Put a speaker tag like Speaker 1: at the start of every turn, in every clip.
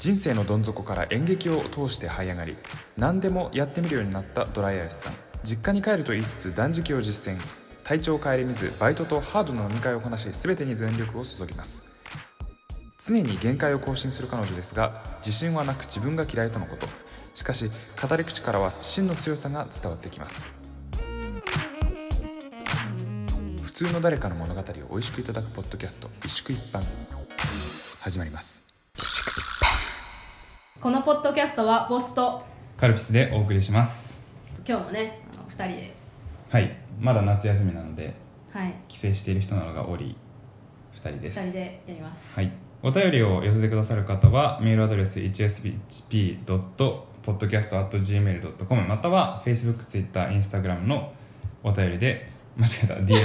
Speaker 1: 人生のどん底から演劇を通して這い上がり何でもやってみるようになったドライアイスさん実家に帰ると言いつつ断食を実践体調を顧みずバイトとハードな飲み会をこなし全てに全力を注ぎます常に限界を更新する彼女ですが自信はなく自分が嫌いとのことしかし語り口からは真の強さが伝わってきます普通の誰かの物語を美味しくいただくポッドキャスト「一宿一般」始まります
Speaker 2: このポッドキャストはボスと
Speaker 1: カルピスでお送りします
Speaker 2: 今日もねあの二人で
Speaker 1: はいまだ夏休みなので
Speaker 2: はい
Speaker 1: 帰省している人などがおり2人です
Speaker 2: 二人でやります
Speaker 1: はい、お便りを寄せてくださる方はメールアドレス hsp.podcast.gmail.com または Facebook、Twitter、Instagram のお便りで間違えた DM で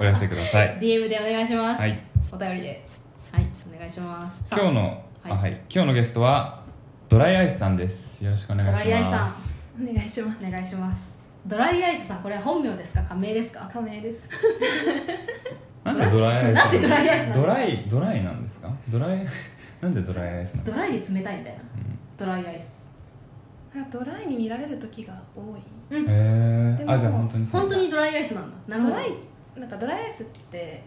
Speaker 1: お寄せください
Speaker 2: DM でお願いします、
Speaker 1: はい、
Speaker 2: お便りではいお願いしますさあ
Speaker 1: 今日の、
Speaker 2: はい
Speaker 1: あはい、今日のゲストはドライアイスさんですよろしくお願い
Speaker 2: ド
Speaker 1: します
Speaker 2: ライアイスさん
Speaker 3: お願いします
Speaker 2: お願いしますドライアイスさんこれは本名ですか仮名ですか
Speaker 3: 仮名です
Speaker 1: なんでドライアイス
Speaker 2: なんでドライアイスなんですか
Speaker 1: ドライドライなんですかドライなんでドライアイスなんで
Speaker 2: ドライに冷たいみたいな
Speaker 1: すか、
Speaker 2: ドライアイス
Speaker 3: なんかドライに見られる時が多い
Speaker 2: うん
Speaker 1: うん、へ
Speaker 3: で
Speaker 1: え
Speaker 3: も
Speaker 1: あじゃあ本当にそう
Speaker 2: 本当にドライアイスなんだなるほ
Speaker 3: ド
Speaker 2: ど
Speaker 3: ライなんかドライアイスって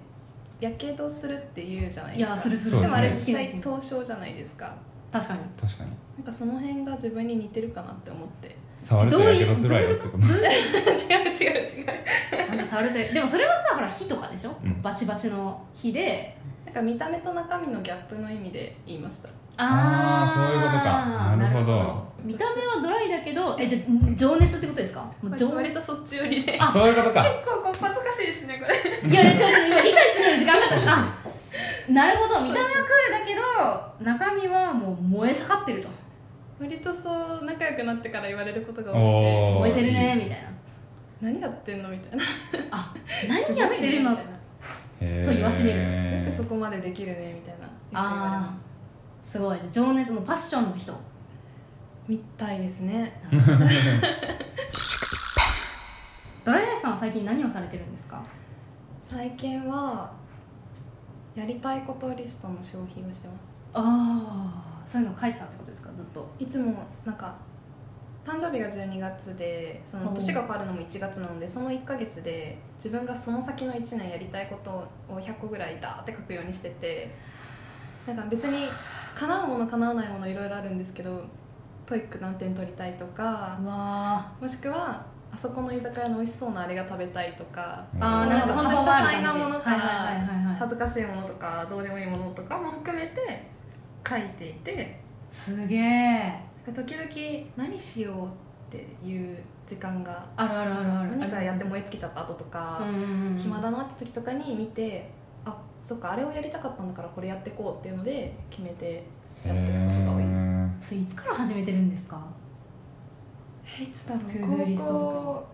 Speaker 3: やけどするっていうじゃない
Speaker 2: い
Speaker 3: ですか
Speaker 2: やするす
Speaker 1: そ
Speaker 2: る
Speaker 1: う
Speaker 3: で
Speaker 1: ですね
Speaker 3: もあれ実際
Speaker 2: 確
Speaker 3: 凍傷じゃないですか
Speaker 2: かに
Speaker 1: 確かに
Speaker 3: なんかその辺が自分に似てるかなって思って
Speaker 1: 触るとやけどするわよってこと
Speaker 3: 違う違う違う
Speaker 2: なんか触 るとでもそれはさほら火とかでしょ、
Speaker 1: うん
Speaker 2: バチバチの火で
Speaker 3: なんか見た目と中身のギャップの意味で言いました
Speaker 1: あー
Speaker 2: ー
Speaker 1: そういうことかなるほど
Speaker 2: 見た目はドライだけどえじゃあ情熱ってことですかもう情
Speaker 3: 割とそっち寄りで
Speaker 2: あ
Speaker 1: そういうことか
Speaker 3: 結構こう恥ずかしいですねこれ
Speaker 2: いやいや違う違う今理解するのに時間がかかったあなるほど見た目はクールだけど中身はもう燃え盛ってると
Speaker 3: 割とそう仲良くなってから言われることが多くて
Speaker 1: おー
Speaker 2: 燃えてるね
Speaker 1: いい
Speaker 2: みたいな
Speaker 3: 何やってんのみたいな
Speaker 2: あ何やってるの
Speaker 3: すごいねみたいな
Speaker 1: へー
Speaker 2: と言わしめる
Speaker 3: よくそこまでできるねみたいなよく言われます
Speaker 2: すごい情熱もパッションの人
Speaker 3: みたいですね
Speaker 2: ドライアイスさんは最近何をされてるんですか
Speaker 3: 最近はやりたいことリストの消費をしてます
Speaker 2: ああそういうの書いてたってことですかずっと
Speaker 3: いつもなんか誕生日が12月でその
Speaker 2: おう
Speaker 3: 年が変わるのも1月なのでその1ヶ月で自分がその先の1年やりたいことを100個ぐらいダーって書くようにしててなんか別に叶うもの叶わないものいろいろあるんですけどトイック何点取りたいとか
Speaker 2: わ
Speaker 3: もしくはあそこの居酒屋の美味しそうなあれが食べたいとか
Speaker 2: ーあーなるほど
Speaker 3: なんか
Speaker 2: 幅はある感じ
Speaker 3: 些細なものから
Speaker 2: はいはいはいはい、はい
Speaker 3: 恥、ずかしいものとかどうでもいいものとかも含めて書いていて
Speaker 2: すげえ
Speaker 3: なんか時々何しようっていう時間が
Speaker 2: あるあるあるある
Speaker 3: 何かやって
Speaker 2: も
Speaker 3: 燃え尽きちゃった後とか、暇
Speaker 2: 暇
Speaker 3: だなって時とかに見てあそっかあれをやりたかったんだからこれやってこうっていうので決めてやってることが多いです
Speaker 1: へ
Speaker 2: それいつから始めてるんですか
Speaker 3: えいつだろ
Speaker 2: トゥードゥーリスト
Speaker 3: 高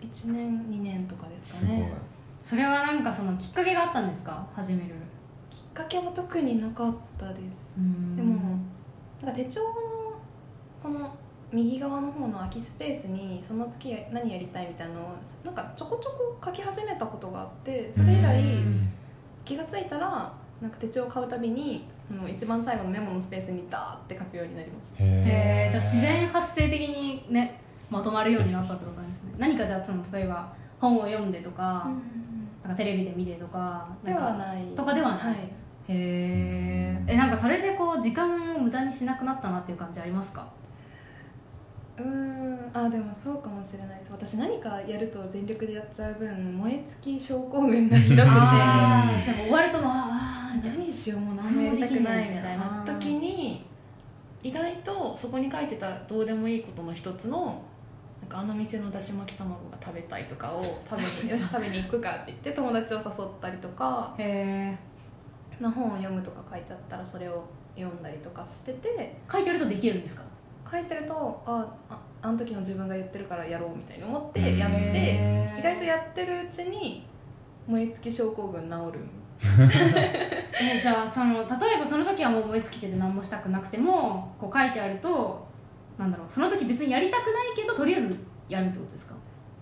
Speaker 3: 校1年2年とかで
Speaker 1: ー
Speaker 3: す
Speaker 1: す
Speaker 3: か
Speaker 1: ごい
Speaker 3: ね
Speaker 2: それはなんかそのきっかけがあったんですか始める
Speaker 3: きっかけは特になかったです
Speaker 2: で
Speaker 3: でもなんか手帳のこの右側の方の空きスペースにその月何やりたいみたいなのをなんかちょこちょこ書き始めたことがあってそれ以来
Speaker 1: うん
Speaker 3: 気がついたらなんか手帳を買うたびにもう一番最後のメモのスペースにダーって書くようになります
Speaker 2: へ
Speaker 1: へ
Speaker 2: え
Speaker 1: ー
Speaker 2: じゃあ自然発生的にねまとまるようになったってことなんですね何かじゃあその例えば本を読んでとか,、なんかテレビで見てとか
Speaker 3: で
Speaker 2: なんか
Speaker 3: はない
Speaker 2: とかではない
Speaker 3: い
Speaker 2: へーえなんかそれでこう時間を無駄にしなくなったなっていう感じありますか
Speaker 3: うーんあでもそうかもしれないです私何かやると全力でやっちゃう分燃え尽き症候群がひどくて
Speaker 2: ああじゃあもう終わるともうあーあーみたいな
Speaker 3: 何しようも何もやりたくないみたいな時に意外とそこに書いてたどうでもいいことの一つのなんかあの店のだし巻き卵が食べたいと かを食べによし食べに行くかって言って友達を誘ったりとか、
Speaker 2: へえ
Speaker 3: まあ、本を読むとか書いてあったらそれを読んだりとかしてて
Speaker 2: 書いてるとできるんですか
Speaker 3: 書いてるとあああの時の自分が言ってるからやろうみたいに思ってやっ
Speaker 1: うん
Speaker 3: て
Speaker 2: へー
Speaker 3: 意外とやってるうちに燃え尽き症候群治る
Speaker 2: えじゃあその例えばその時はもう燃え尽きてて何もしたくなくてもこう書いてあるとなんだろうその時別にやりたくないけどとりあえずやるってことですか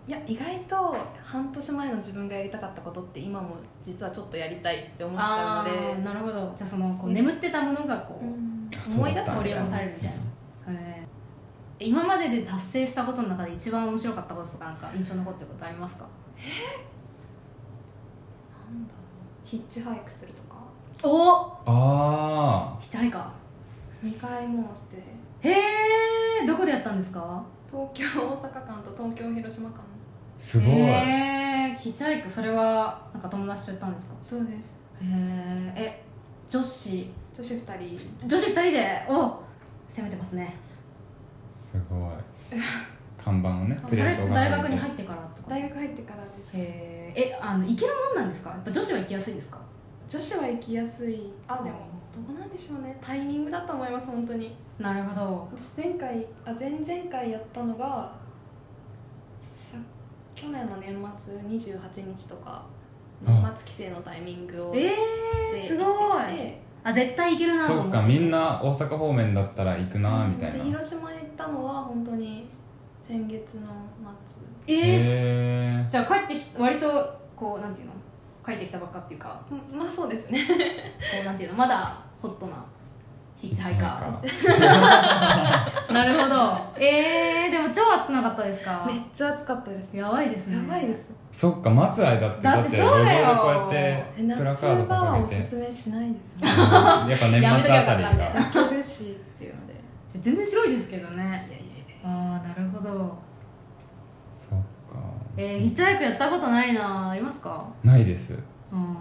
Speaker 4: いや意外と半年前の自分がやりたかったことって今も実はちょっとやりたいって思っちゃ
Speaker 2: あ
Speaker 4: うの
Speaker 2: ー
Speaker 4: で、
Speaker 2: なるほどじゃあそのこう
Speaker 4: ね
Speaker 2: 眠ってたものがこう、
Speaker 4: うん
Speaker 5: あそう
Speaker 4: 思
Speaker 5: だった
Speaker 4: い出す
Speaker 2: 掘
Speaker 4: み
Speaker 2: り
Speaker 4: たいな
Speaker 2: 起こされるみたいな、へー今までで達成したことの中で一番面白かったこととかなんか印象に残ってることありますか
Speaker 3: なんだろうヒッチハイクするとか
Speaker 2: お
Speaker 1: あ
Speaker 2: ヒッチハイか
Speaker 3: 2回もうして
Speaker 2: へえどこでやったんですか
Speaker 3: 東京大阪間と東京広島間
Speaker 1: ーすごい、
Speaker 2: へーヒッチハイクそれはなんか友達とやったんですか
Speaker 3: そうです
Speaker 2: へーえ女子
Speaker 3: 女子2人
Speaker 2: 女子2人でお攻めてますね
Speaker 1: すごい看板をね
Speaker 3: そ
Speaker 2: そ
Speaker 1: プレ
Speaker 2: れ
Speaker 1: ー
Speaker 2: っ
Speaker 1: ト
Speaker 2: て
Speaker 1: が
Speaker 2: 大学に
Speaker 1: 入
Speaker 2: 入
Speaker 1: っ
Speaker 2: ってからとか
Speaker 3: 大学入ってからです
Speaker 2: へーえあの行けるもんなんですかやっぱ女子は行きやすいですか
Speaker 3: 女子は行きやすいあでもどうなんでしょうねタイミングだと思います本当に
Speaker 2: なるほど
Speaker 3: 私前回あ前々回やったのがさ去年の年末28日とか年末帰省のタイミングを
Speaker 2: え
Speaker 3: で
Speaker 2: ー、すご
Speaker 3: 行ってき
Speaker 2: い
Speaker 3: て
Speaker 2: あ絶対行けるなと思
Speaker 1: そ
Speaker 2: って
Speaker 1: っかみんな大阪方面だったら行くなみたい
Speaker 3: で
Speaker 1: なへ
Speaker 3: 広島行ったのは本当に先月の末
Speaker 2: えー
Speaker 1: え
Speaker 2: じゃあ帰ってき割とこうなんていうの帰ってきたばっかっていうか
Speaker 3: うんまあそうですね
Speaker 2: こうなんていうのまだホットなヒッチハイカーなるほどえー、でも超暑なかったですか
Speaker 3: めっちゃ暑かったです
Speaker 2: やばいですね
Speaker 3: やばいです
Speaker 1: そっか待つ間って
Speaker 2: だ
Speaker 1: だ
Speaker 2: っ
Speaker 1: ってて
Speaker 2: そうだよ
Speaker 1: 路上でこうやってプラ
Speaker 3: 夏
Speaker 1: カード
Speaker 3: 場は
Speaker 1: 掲
Speaker 3: お
Speaker 1: げ
Speaker 3: す
Speaker 1: て
Speaker 3: すめしないです ね
Speaker 1: やっぱ年末あたり
Speaker 2: やめとけばよかったみたいな
Speaker 1: が
Speaker 3: 焼けるしっていうのでい
Speaker 2: 全然白いですけどね
Speaker 3: やいやい
Speaker 2: ああなるほど
Speaker 1: そっか
Speaker 2: えー、ヒッチハイクやったことないなありますか
Speaker 1: ないです
Speaker 2: うん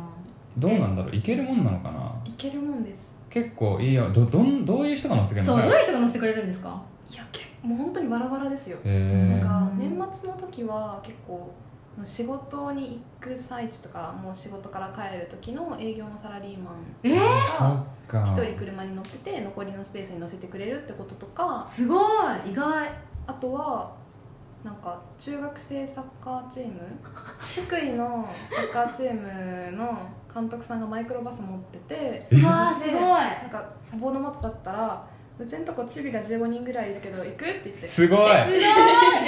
Speaker 1: どうなんだろう行けるもんなのかな
Speaker 3: やいけるもんです
Speaker 1: 結構いいよどどんどういう人が乗せてくれる
Speaker 2: そ
Speaker 1: の
Speaker 2: うどういう人が乗せてくれるんですか
Speaker 3: いや結構もう本当にバラバラですよな
Speaker 1: へ
Speaker 3: ん
Speaker 1: え
Speaker 3: か
Speaker 2: うん
Speaker 3: 年末の時は結構仕事に行く最中とかもう仕事から帰る時の営業のサラリーマン
Speaker 2: えー、
Speaker 1: そ
Speaker 3: が
Speaker 1: っか
Speaker 3: 一人車に乗ってて残りのスペースに乗せてくれるってこととか
Speaker 2: すごい意外
Speaker 3: あとはなんか中学生サッカーチーム福井のサッカーチームの監督さんがマイクロバス持って
Speaker 1: え
Speaker 3: て
Speaker 2: うわあすごい
Speaker 3: なんかボード持ってたったら「うちのとこチビが15人ぐらいいるけど行く?」って言って
Speaker 1: すごい
Speaker 2: えすごいじゃ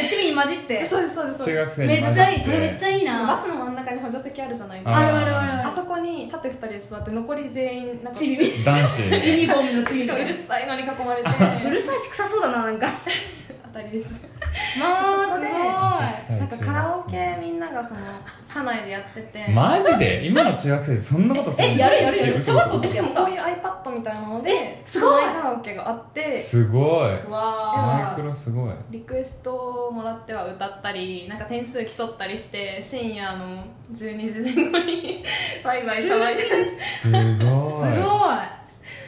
Speaker 2: あチビに混じって
Speaker 3: そうですそうですそう
Speaker 1: 中
Speaker 3: です
Speaker 1: 学生に
Speaker 2: めっちゃいいそれめっち
Speaker 1: ゃ
Speaker 2: ゃいいな
Speaker 3: バスの真ん中に補助席あるじゃないです
Speaker 2: あ
Speaker 3: か
Speaker 2: るあるあるある
Speaker 3: あそこに縦2人で座って残り全員なんか
Speaker 2: チビ
Speaker 3: し
Speaker 1: 男子
Speaker 2: ユニフォームのチビ
Speaker 3: か
Speaker 2: とか
Speaker 3: もうるさいのに囲まれて
Speaker 2: うるさいし臭そうだななんか
Speaker 3: あたりです
Speaker 2: ま
Speaker 3: そこ
Speaker 2: あす
Speaker 3: なんかカラオケみんながその車内でやってて
Speaker 1: マジで今の中学生そんなことする
Speaker 2: えやるやるやる
Speaker 1: 嘘
Speaker 2: 小学校
Speaker 1: 嘘
Speaker 2: と
Speaker 3: しかもこういう iPad みたいなので
Speaker 2: えすごい
Speaker 3: 車内カラオケがあって
Speaker 1: すごい
Speaker 2: ごい
Speaker 3: なん
Speaker 2: わ
Speaker 3: か
Speaker 1: マイクロすごい
Speaker 3: リクエストをもらっては歌ったりなんか点数競ったりして深夜の12時前後に バイバイ騒いです
Speaker 1: ごい
Speaker 2: あすごい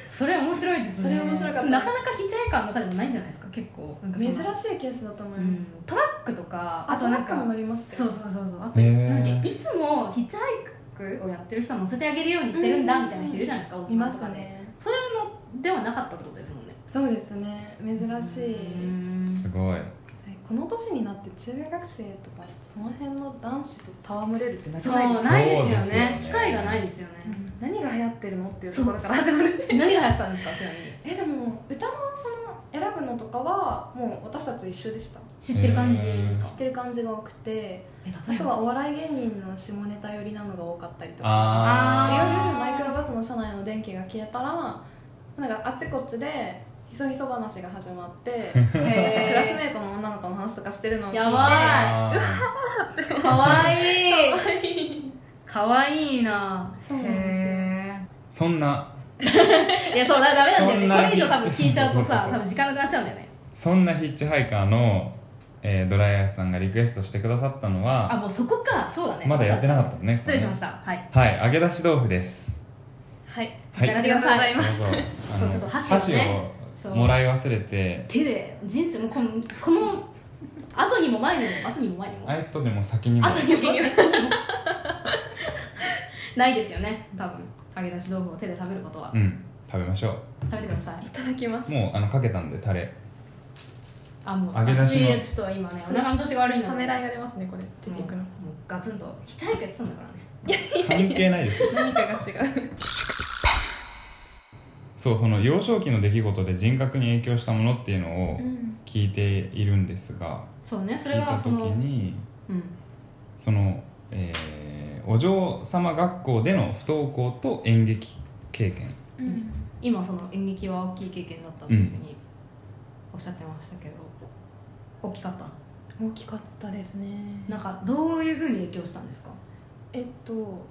Speaker 2: それ面白いですね
Speaker 3: それ面白かった
Speaker 2: なかなかヒッチハイカーの中でもないんじゃないですか結構なんかその
Speaker 3: 珍しいケースだと思いうます、
Speaker 2: んトラックとか
Speaker 3: あ
Speaker 2: あ
Speaker 3: と
Speaker 2: とな
Speaker 3: 何
Speaker 2: ん
Speaker 3: 回も乗
Speaker 2: か
Speaker 3: りました
Speaker 2: そう
Speaker 3: よ
Speaker 2: そうそうそうあと
Speaker 1: へ
Speaker 2: な
Speaker 1: ー
Speaker 2: んだっけいつもヒッチハイクをやってる人は乗せてあげるようにしてるんだみたいな人いるじゃないですか
Speaker 3: いますね
Speaker 2: それのではなかったってことですもんね
Speaker 3: そうですね珍しい、
Speaker 2: うん
Speaker 1: すごい
Speaker 3: この年になって中学生とかその辺の男子と戯れるってな
Speaker 2: そ
Speaker 3: か
Speaker 2: う
Speaker 3: ないで
Speaker 2: ない
Speaker 3: すよ
Speaker 2: です
Speaker 1: そうです
Speaker 2: よ
Speaker 1: よ
Speaker 2: ね
Speaker 1: ね
Speaker 2: 機会がないですよ
Speaker 3: う
Speaker 2: ね
Speaker 3: ん何が流行ってるのっていうところから始まる
Speaker 2: 何が流行ってたんですかちなみに
Speaker 3: えでも歌のその選ぶのとかはもう私たちと一緒でした
Speaker 2: 知ってる感じですか
Speaker 3: 知ってる感じが多くて
Speaker 2: え
Speaker 3: あ
Speaker 2: 例え
Speaker 3: とは
Speaker 2: ば
Speaker 3: お笑い芸人の下ネタ寄りなのが多かったりとか夜
Speaker 1: あ
Speaker 3: マイクロバスの車内の電気が消えたらなんかあっちこっちでひそひそ話が始まって
Speaker 2: ク
Speaker 3: クラス
Speaker 2: ラ
Speaker 3: メートの女の子の話とかしてるのを聞いて
Speaker 2: や
Speaker 1: ー
Speaker 2: ば
Speaker 1: あ
Speaker 2: ーかわいいかわいいな
Speaker 3: そうなんです
Speaker 1: そ
Speaker 3: よ
Speaker 1: んな
Speaker 2: へーいやそうだダメなんだ
Speaker 1: そ
Speaker 2: よね
Speaker 1: ん
Speaker 2: こ
Speaker 1: な
Speaker 2: れ以上多分聞いちゃうと
Speaker 1: そ
Speaker 2: さ
Speaker 1: うそうそうそう
Speaker 2: 多分時間なくなっちゃうんだよね
Speaker 1: そんなヒッチハイカーの、えードライアイスさんがリクエストしてくださったの
Speaker 2: あ
Speaker 1: は
Speaker 2: もうそこかそうだね
Speaker 1: まだやってなかったのね
Speaker 2: 失礼しましたはい
Speaker 1: たはい揚げ出し豆腐です
Speaker 3: はい
Speaker 1: はい
Speaker 3: ありがとうござい
Speaker 1: どう
Speaker 3: ます
Speaker 1: ぞあ
Speaker 2: そう
Speaker 1: の
Speaker 2: ちょっと箸をね
Speaker 1: 箸をもらい忘れて
Speaker 2: 手で人生もうこのこの後にも前にも後にも前にも
Speaker 1: あとでも先にも
Speaker 2: あとにも 前にもないですよね多分揚げ出し豆腐を手で食べることは
Speaker 1: うん食べましょ
Speaker 2: 食べてください
Speaker 3: いただきます
Speaker 1: うもうあのかけたんでタ レ
Speaker 2: あもう
Speaker 1: 揚げ出しの
Speaker 2: 私ちょっと今ねお腹の調子が悪いので
Speaker 3: ためらいが出ますねこれ出ていくの
Speaker 2: もうガツンとヒッチハイクやってたんだからね
Speaker 1: 関係ないですよ
Speaker 3: 何かが違う
Speaker 1: そうその幼少期の出来事で人格に影響したものっていうのを
Speaker 3: うん
Speaker 1: 聞いているんですが、
Speaker 2: そうねそ
Speaker 1: 聞
Speaker 2: れ
Speaker 1: いた
Speaker 2: がそ
Speaker 1: 時
Speaker 2: の
Speaker 1: に
Speaker 2: うん
Speaker 1: その、えーお嬢様学校での不登校と演劇経験
Speaker 2: うん今その演劇は大きい経験だったっていうふうにおっしゃってましたけど、大きかった
Speaker 3: 大きかったですね
Speaker 2: なんかどういうふうに影響したんですか
Speaker 3: えっと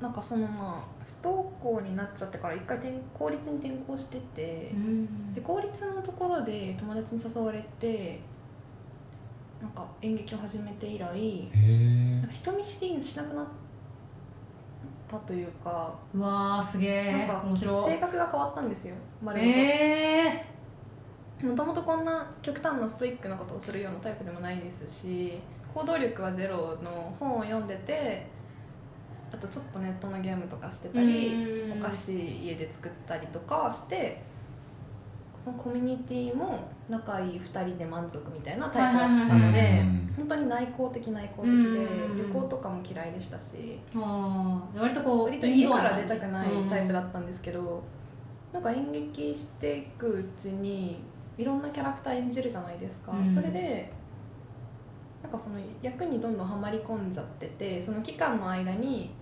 Speaker 3: なんかそのまあ不登校になっちゃってから一回転公立に転校してて、
Speaker 2: ん
Speaker 3: で公立のところで友達に誘われてなんか演劇を始めて以来
Speaker 1: へえ
Speaker 3: なんか人見知りしなくなったというか、
Speaker 2: うわーすげえ
Speaker 3: なんか
Speaker 2: 面白
Speaker 3: 性
Speaker 2: い
Speaker 3: 格が変わったんですよまるで
Speaker 2: え
Speaker 3: もともとこんな極端なストイックなことをするようなタイプでもないですし行動力はゼロの本を読んでてあとちょっとネットのゲームとかして
Speaker 2: ー、
Speaker 3: たり、
Speaker 2: うん
Speaker 3: お菓子家で作ったりとかしてそのコミュニティも仲いい2人で満足みたいなタイプだったの
Speaker 2: は
Speaker 3: で
Speaker 1: う。ん
Speaker 3: 本当に内向的内向的で
Speaker 2: うん
Speaker 3: 旅行とかも嫌いでしたし
Speaker 2: あー割とこう
Speaker 3: 割と家から出たくないタイプだ
Speaker 2: た
Speaker 3: ったんですけどなんか演劇していくうちにいろんなキャラクター演じるじゃないですか、
Speaker 2: うん
Speaker 3: それでなんかその役にどんどんはまり込んじゃっててその期間の間に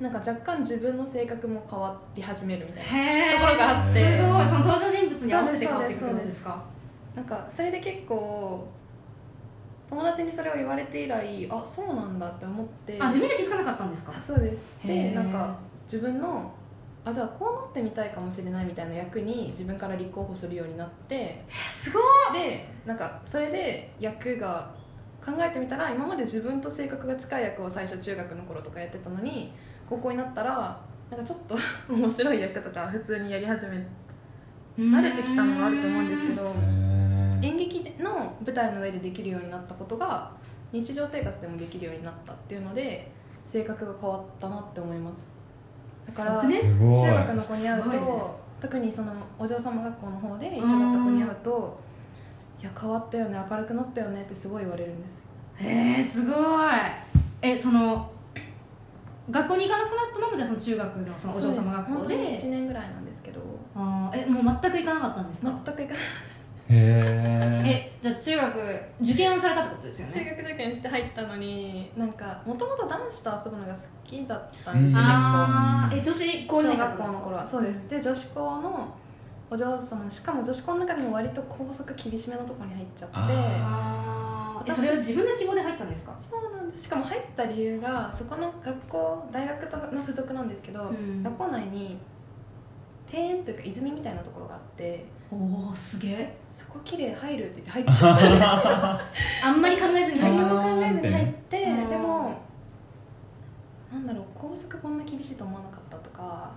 Speaker 3: なんか若干自分の性格も変わり始めるみたいな
Speaker 2: へえ
Speaker 3: ところがあって
Speaker 2: すごいその登場人物に合わせて変わっていくってこ
Speaker 3: そう
Speaker 2: と
Speaker 3: です
Speaker 2: ですか
Speaker 3: なんかそれで結構友達にそれを言われて以来あそうなんだって思って
Speaker 2: あ自分で気づかなかったんですか
Speaker 3: あそうです
Speaker 2: へ
Speaker 3: で
Speaker 2: ー
Speaker 3: なんか自分のあじゃあこうなってみたいかもしれないみたいな役に自分から立候補するようになって
Speaker 2: えすごい
Speaker 3: でなんかそれで役が考えてみたら今まで自分と性格が近い役を最初中学の頃とかやってたのに高校になったらなんかちょっと 面白い役とか普通にやり始め慣れてきたのもあると思うんですけど
Speaker 1: へえ
Speaker 3: 演劇の舞台の上でできるようになったことが日常生活でもできるようになったっていうので性格が変わったなって思いますだから
Speaker 2: そうです
Speaker 1: ごい
Speaker 3: 中学の子に会うと、
Speaker 2: すごいね
Speaker 3: 特にそのお嬢様学校の方で一緒だった子に会うと「いや変わったよね明るくなったよね」ってすごい言われるんですよ
Speaker 2: へえすごいえその学校に行かなくなったのもじゃあその中学のそのお嬢様学校
Speaker 3: そ
Speaker 2: です
Speaker 3: う本当に1年ぐらいなんですけど
Speaker 2: あーえもう全く行かなかったんです
Speaker 3: 全
Speaker 2: か
Speaker 3: く行かな
Speaker 1: へ
Speaker 3: い
Speaker 1: え
Speaker 2: えじゃあ中学受験をされたってことですよ
Speaker 3: 中
Speaker 2: ね
Speaker 3: 学受験して入ったのになんかもともと男子と遊ぶのが好きだったんですよ、
Speaker 1: うん
Speaker 3: 結構
Speaker 2: ああえ女子高
Speaker 3: 小
Speaker 2: 年
Speaker 3: 学校の頃はそうですで女子校のお嬢様しかも女子校の中でも割と校則厳しめのとこに入っちゃって
Speaker 1: あ
Speaker 2: ああそれは自分の希望で入ったんですか
Speaker 3: そうなんですしかも入った理由がそこの学校大学との付属なんですけど、
Speaker 2: ん
Speaker 3: 学校内に庭園というか泉みたいなところがあって
Speaker 2: おおすげえ
Speaker 3: そこ綺麗入るって言って入っちゃった んです
Speaker 2: あんまり考えずに入
Speaker 3: 何
Speaker 2: る
Speaker 1: あー
Speaker 3: も考えずに入って
Speaker 2: あー
Speaker 3: でもなんだろう校則こんな厳しいと思わなかったとか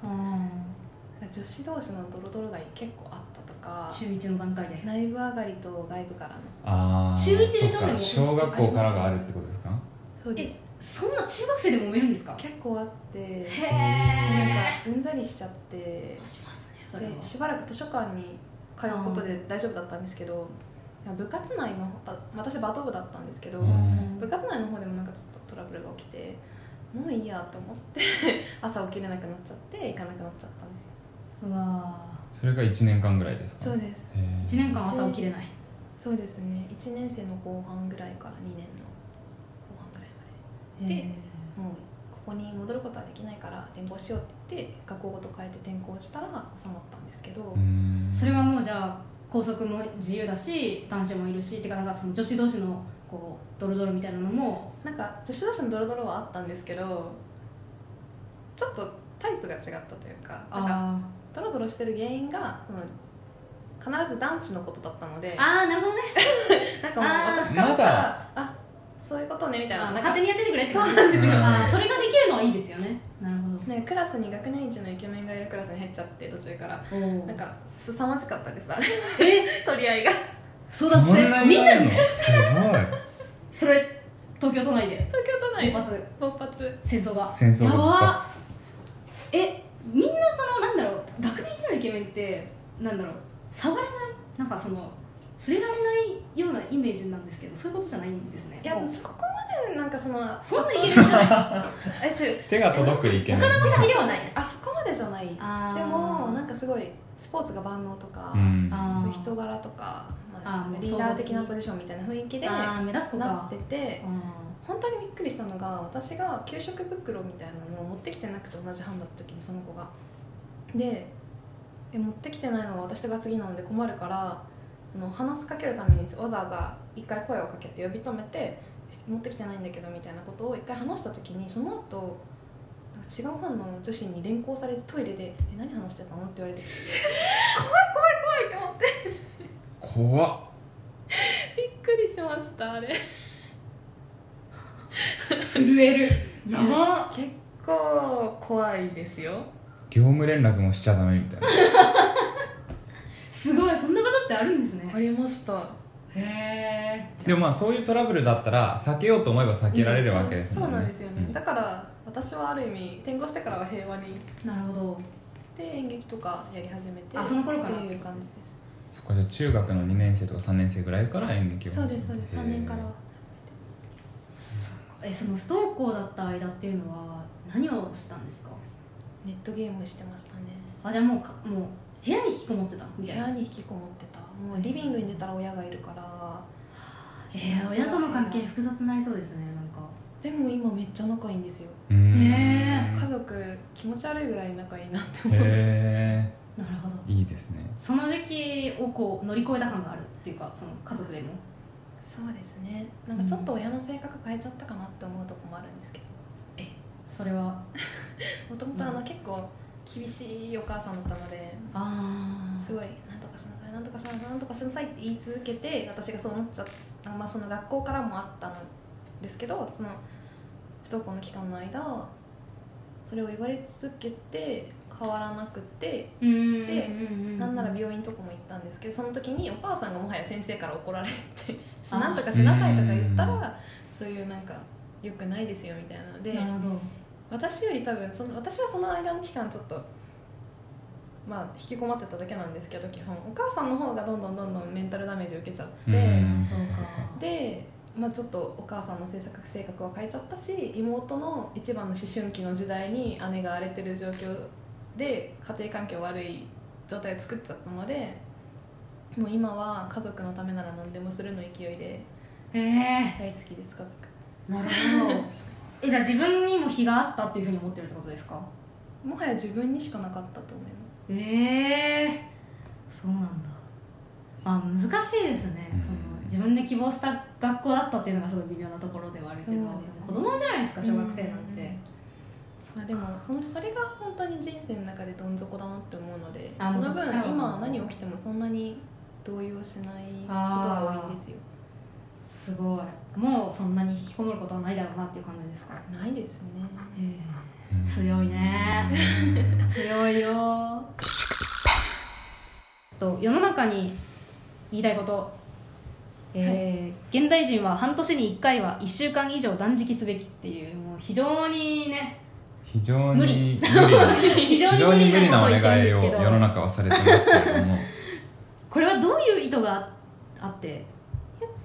Speaker 3: 女子同士のドロドロが結構あったとか
Speaker 2: 中1の段階で
Speaker 3: 内部上がりと外部からのそ
Speaker 1: あー
Speaker 2: 中一でしょ
Speaker 1: そっか
Speaker 2: でも
Speaker 1: 小学校からがあるってことですか
Speaker 3: そうです
Speaker 2: そんな中学生で揉めるんですか
Speaker 3: 結構あって
Speaker 2: へ
Speaker 3: なんか
Speaker 2: え
Speaker 3: うんざりしちゃって
Speaker 2: しますねそれは
Speaker 3: でしばらく図書館に通うことで大丈夫だったんですけどいや部活内のば私バト部だったんですけど、
Speaker 1: うん
Speaker 3: 部活内の方でもなんかちょっとトラブルが起きてもういいやと思って 朝起きれなくなっちゃって行かなくなっちゃったんですよ
Speaker 2: うわ
Speaker 1: それが1年間ぐらいですか
Speaker 3: そうです
Speaker 1: へー
Speaker 2: 1年間朝起きれない
Speaker 3: そうですね1年生の後半ぐらいから2年の後半ぐらいまでで
Speaker 2: へ
Speaker 3: もうここに戻ることはできないから転校しようって言って学校ごと変えて転校したら収まったんですけど、
Speaker 1: うん
Speaker 2: ーそれはもうじゃあ校則も自由だし男子もいるしってかなんかその女子同士のこうドロドロみたいなのも
Speaker 3: なんか女子同士のドロドロはあったんですけどちょっとタイプが違ったというかなんか
Speaker 2: あ
Speaker 3: ドロドロしてる原因が、うん、必ず男子のことだったの
Speaker 2: ー
Speaker 3: で
Speaker 2: あーなるほどね
Speaker 3: なんかもう
Speaker 2: あー
Speaker 3: 私からしたらあそういうことねみたいななんか
Speaker 2: 勝手にやっててくれって
Speaker 3: そうなんですよ
Speaker 2: あーそれができるのはいいですよねなるほ
Speaker 3: ねクラスに学年一のイケメンがいるクラスに入っちゃって途中から
Speaker 2: どおー
Speaker 3: なんか凄まじかったですあれ
Speaker 2: え
Speaker 3: 取り合いが
Speaker 2: 争奪戦みんなに
Speaker 1: にすごい
Speaker 2: それ東京都内で
Speaker 3: 東京都内
Speaker 2: 一発
Speaker 3: 勃発
Speaker 2: 戦争が
Speaker 1: 戦争
Speaker 2: やば
Speaker 1: 勃発
Speaker 2: えみんなそのなんだろう学年一のイケメンってなんだろう触れないなんかその触れられないようなイメージなんですけどそういうことじゃないんですね
Speaker 3: いや
Speaker 2: もう
Speaker 3: そこまでなんかその
Speaker 2: そんなイケメンじゃ ない
Speaker 3: えちょ
Speaker 1: 手が届くイケメン
Speaker 2: 他の子先ではない
Speaker 3: あそこまでじゃないで
Speaker 2: あー
Speaker 3: もなんかすごいスポーツが万能とか、
Speaker 1: うん
Speaker 2: あー
Speaker 3: 人柄とか、
Speaker 2: あー
Speaker 3: まあ、
Speaker 2: もう
Speaker 3: リーダー的なポジションみたいな雰囲気で
Speaker 2: あ
Speaker 3: な
Speaker 2: あ目立つ子か
Speaker 3: ってて
Speaker 2: うん
Speaker 3: 本当にびっくりしたのが私が給食袋みたいなのを持ってきてなくて同じ班だった時にその子がでえ持ってきてないのが私が次なので困るからあの話しかけるためにわざわざ一回声をかけて呼び止めて持ってきてないんだけどみたいなことを一回話した時にその後なんか違うファンの女子に連行されてトイレで「え何話してたの?」って言われて 怖い怖い怖いって思って
Speaker 1: 怖っ
Speaker 3: びっくりしましたあれ
Speaker 2: 震 えるやば
Speaker 4: 結構怖いですよ
Speaker 1: 業務連絡もしちゃダメみたいな
Speaker 2: すごいそんなことってあるんですね
Speaker 4: ありました
Speaker 2: へ
Speaker 1: でもまあそういうトラブルだったら避けようと思えば避けられるわけです
Speaker 3: そ
Speaker 1: も
Speaker 3: う
Speaker 1: んね、
Speaker 3: なんですよね、
Speaker 1: うん
Speaker 3: だから私はある意味転校してからは平和に
Speaker 2: えなるほど
Speaker 3: で演劇とかやり始めて
Speaker 2: あその頃から
Speaker 3: っていう感じです
Speaker 1: そっかじゃあ中学の2年生とか3年生ぐらいから演劇を
Speaker 3: そうですそうです3年から
Speaker 1: へ
Speaker 3: は
Speaker 2: えその不登校だった間っていうのは何をしたんですか
Speaker 3: ネットゲームしてましたね
Speaker 2: あじゃあもうかもう部屋に引きこもってたみ
Speaker 3: 部
Speaker 2: たいな
Speaker 3: 屋に引きこもってたもうリビングに出たら親がいるから
Speaker 2: えー、親との関係複雑になりそうですねなんか
Speaker 3: でも今めっちゃ仲いいんですよ
Speaker 1: ーうん
Speaker 2: ね
Speaker 3: 家族気持ち悪いぐらい仲いいなって思う、
Speaker 1: へ
Speaker 2: なるほど
Speaker 1: えいいですね
Speaker 2: その時期をこう乗り越えた感があるっていうかその家族でも
Speaker 3: そうですねなんかちょっと親の性格変えちゃったかなって思うとこもあるんですけど
Speaker 2: それは
Speaker 3: もともとあ
Speaker 2: う
Speaker 3: の結構厳しいお母さんだったので
Speaker 2: あ
Speaker 3: すごい「なんとかしなさいなんとかしなさいなんとかしなさい」って言い続けて私がそう思っちゃった、まあ、その学校からもあったんですけどその不登校の期間の間それを言われ続けて変わらなくて、
Speaker 2: うーん
Speaker 3: で
Speaker 2: うん
Speaker 3: なんなら病院とかも行ったんですけどその時にお母さんがもはや先生から怒られて「
Speaker 2: あー
Speaker 3: なんとかしなさい」とか言った
Speaker 1: うん
Speaker 3: らそういうなんか「よくないですよ」みたいなので。
Speaker 2: なるほど
Speaker 3: 私より多分その私はその間の期間ちょっとまあ引きこもってただけなんですけど基本お母さんの方がどんどんどんどんメンタルダメージ受けちゃって、
Speaker 1: うん
Speaker 2: あそうか
Speaker 3: で、まあ、ちょっとお母さんの性格性格は変えちゃったし妹の一番の思春期の時代に姉が荒れてる状況で家庭環境悪い状態を作っちゃったのでもう今は家族のためなら何でもするの勢いで
Speaker 2: へえ
Speaker 3: 大好きです家族
Speaker 2: なるほど えじゃあ自分にも非があったっていうふうに思ってるってことですか
Speaker 3: もはや自分にしかなかったと思います
Speaker 2: ええそうなんだあ難しいですね、
Speaker 1: うん
Speaker 2: その自分で希望した学校だったっていうのがすごい微妙なところではあるけど、
Speaker 3: そうですね
Speaker 2: 子供じゃないですか小学生なんて、
Speaker 3: うんまあ、でもそのそれが本当に人生の中でどん底だなって思うので
Speaker 2: あもう
Speaker 3: その分
Speaker 2: そっから
Speaker 3: 今は何起きてもそんなに動揺しないことが多いんですよ
Speaker 2: すごいもうそんなに引きこもることはないだろうなっていう感じですか、
Speaker 3: ない ですね
Speaker 1: うん
Speaker 2: 強いね強いよと世の中に言いたいこと、えー現代人は半年に1回は1週間以上断食すべきっていうもう非常にね
Speaker 1: 非常に
Speaker 2: 無
Speaker 1: 無
Speaker 2: 理
Speaker 1: 理 な
Speaker 2: 非常
Speaker 1: 非
Speaker 2: に
Speaker 1: 常
Speaker 2: 無
Speaker 1: に無
Speaker 2: 理
Speaker 1: 理な
Speaker 2: なこ
Speaker 1: お
Speaker 2: とを言ってるん
Speaker 1: 願
Speaker 2: で
Speaker 1: い
Speaker 2: す
Speaker 1: を
Speaker 2: けど
Speaker 1: 世の中はされてますけれども
Speaker 2: これはどういう意図がああって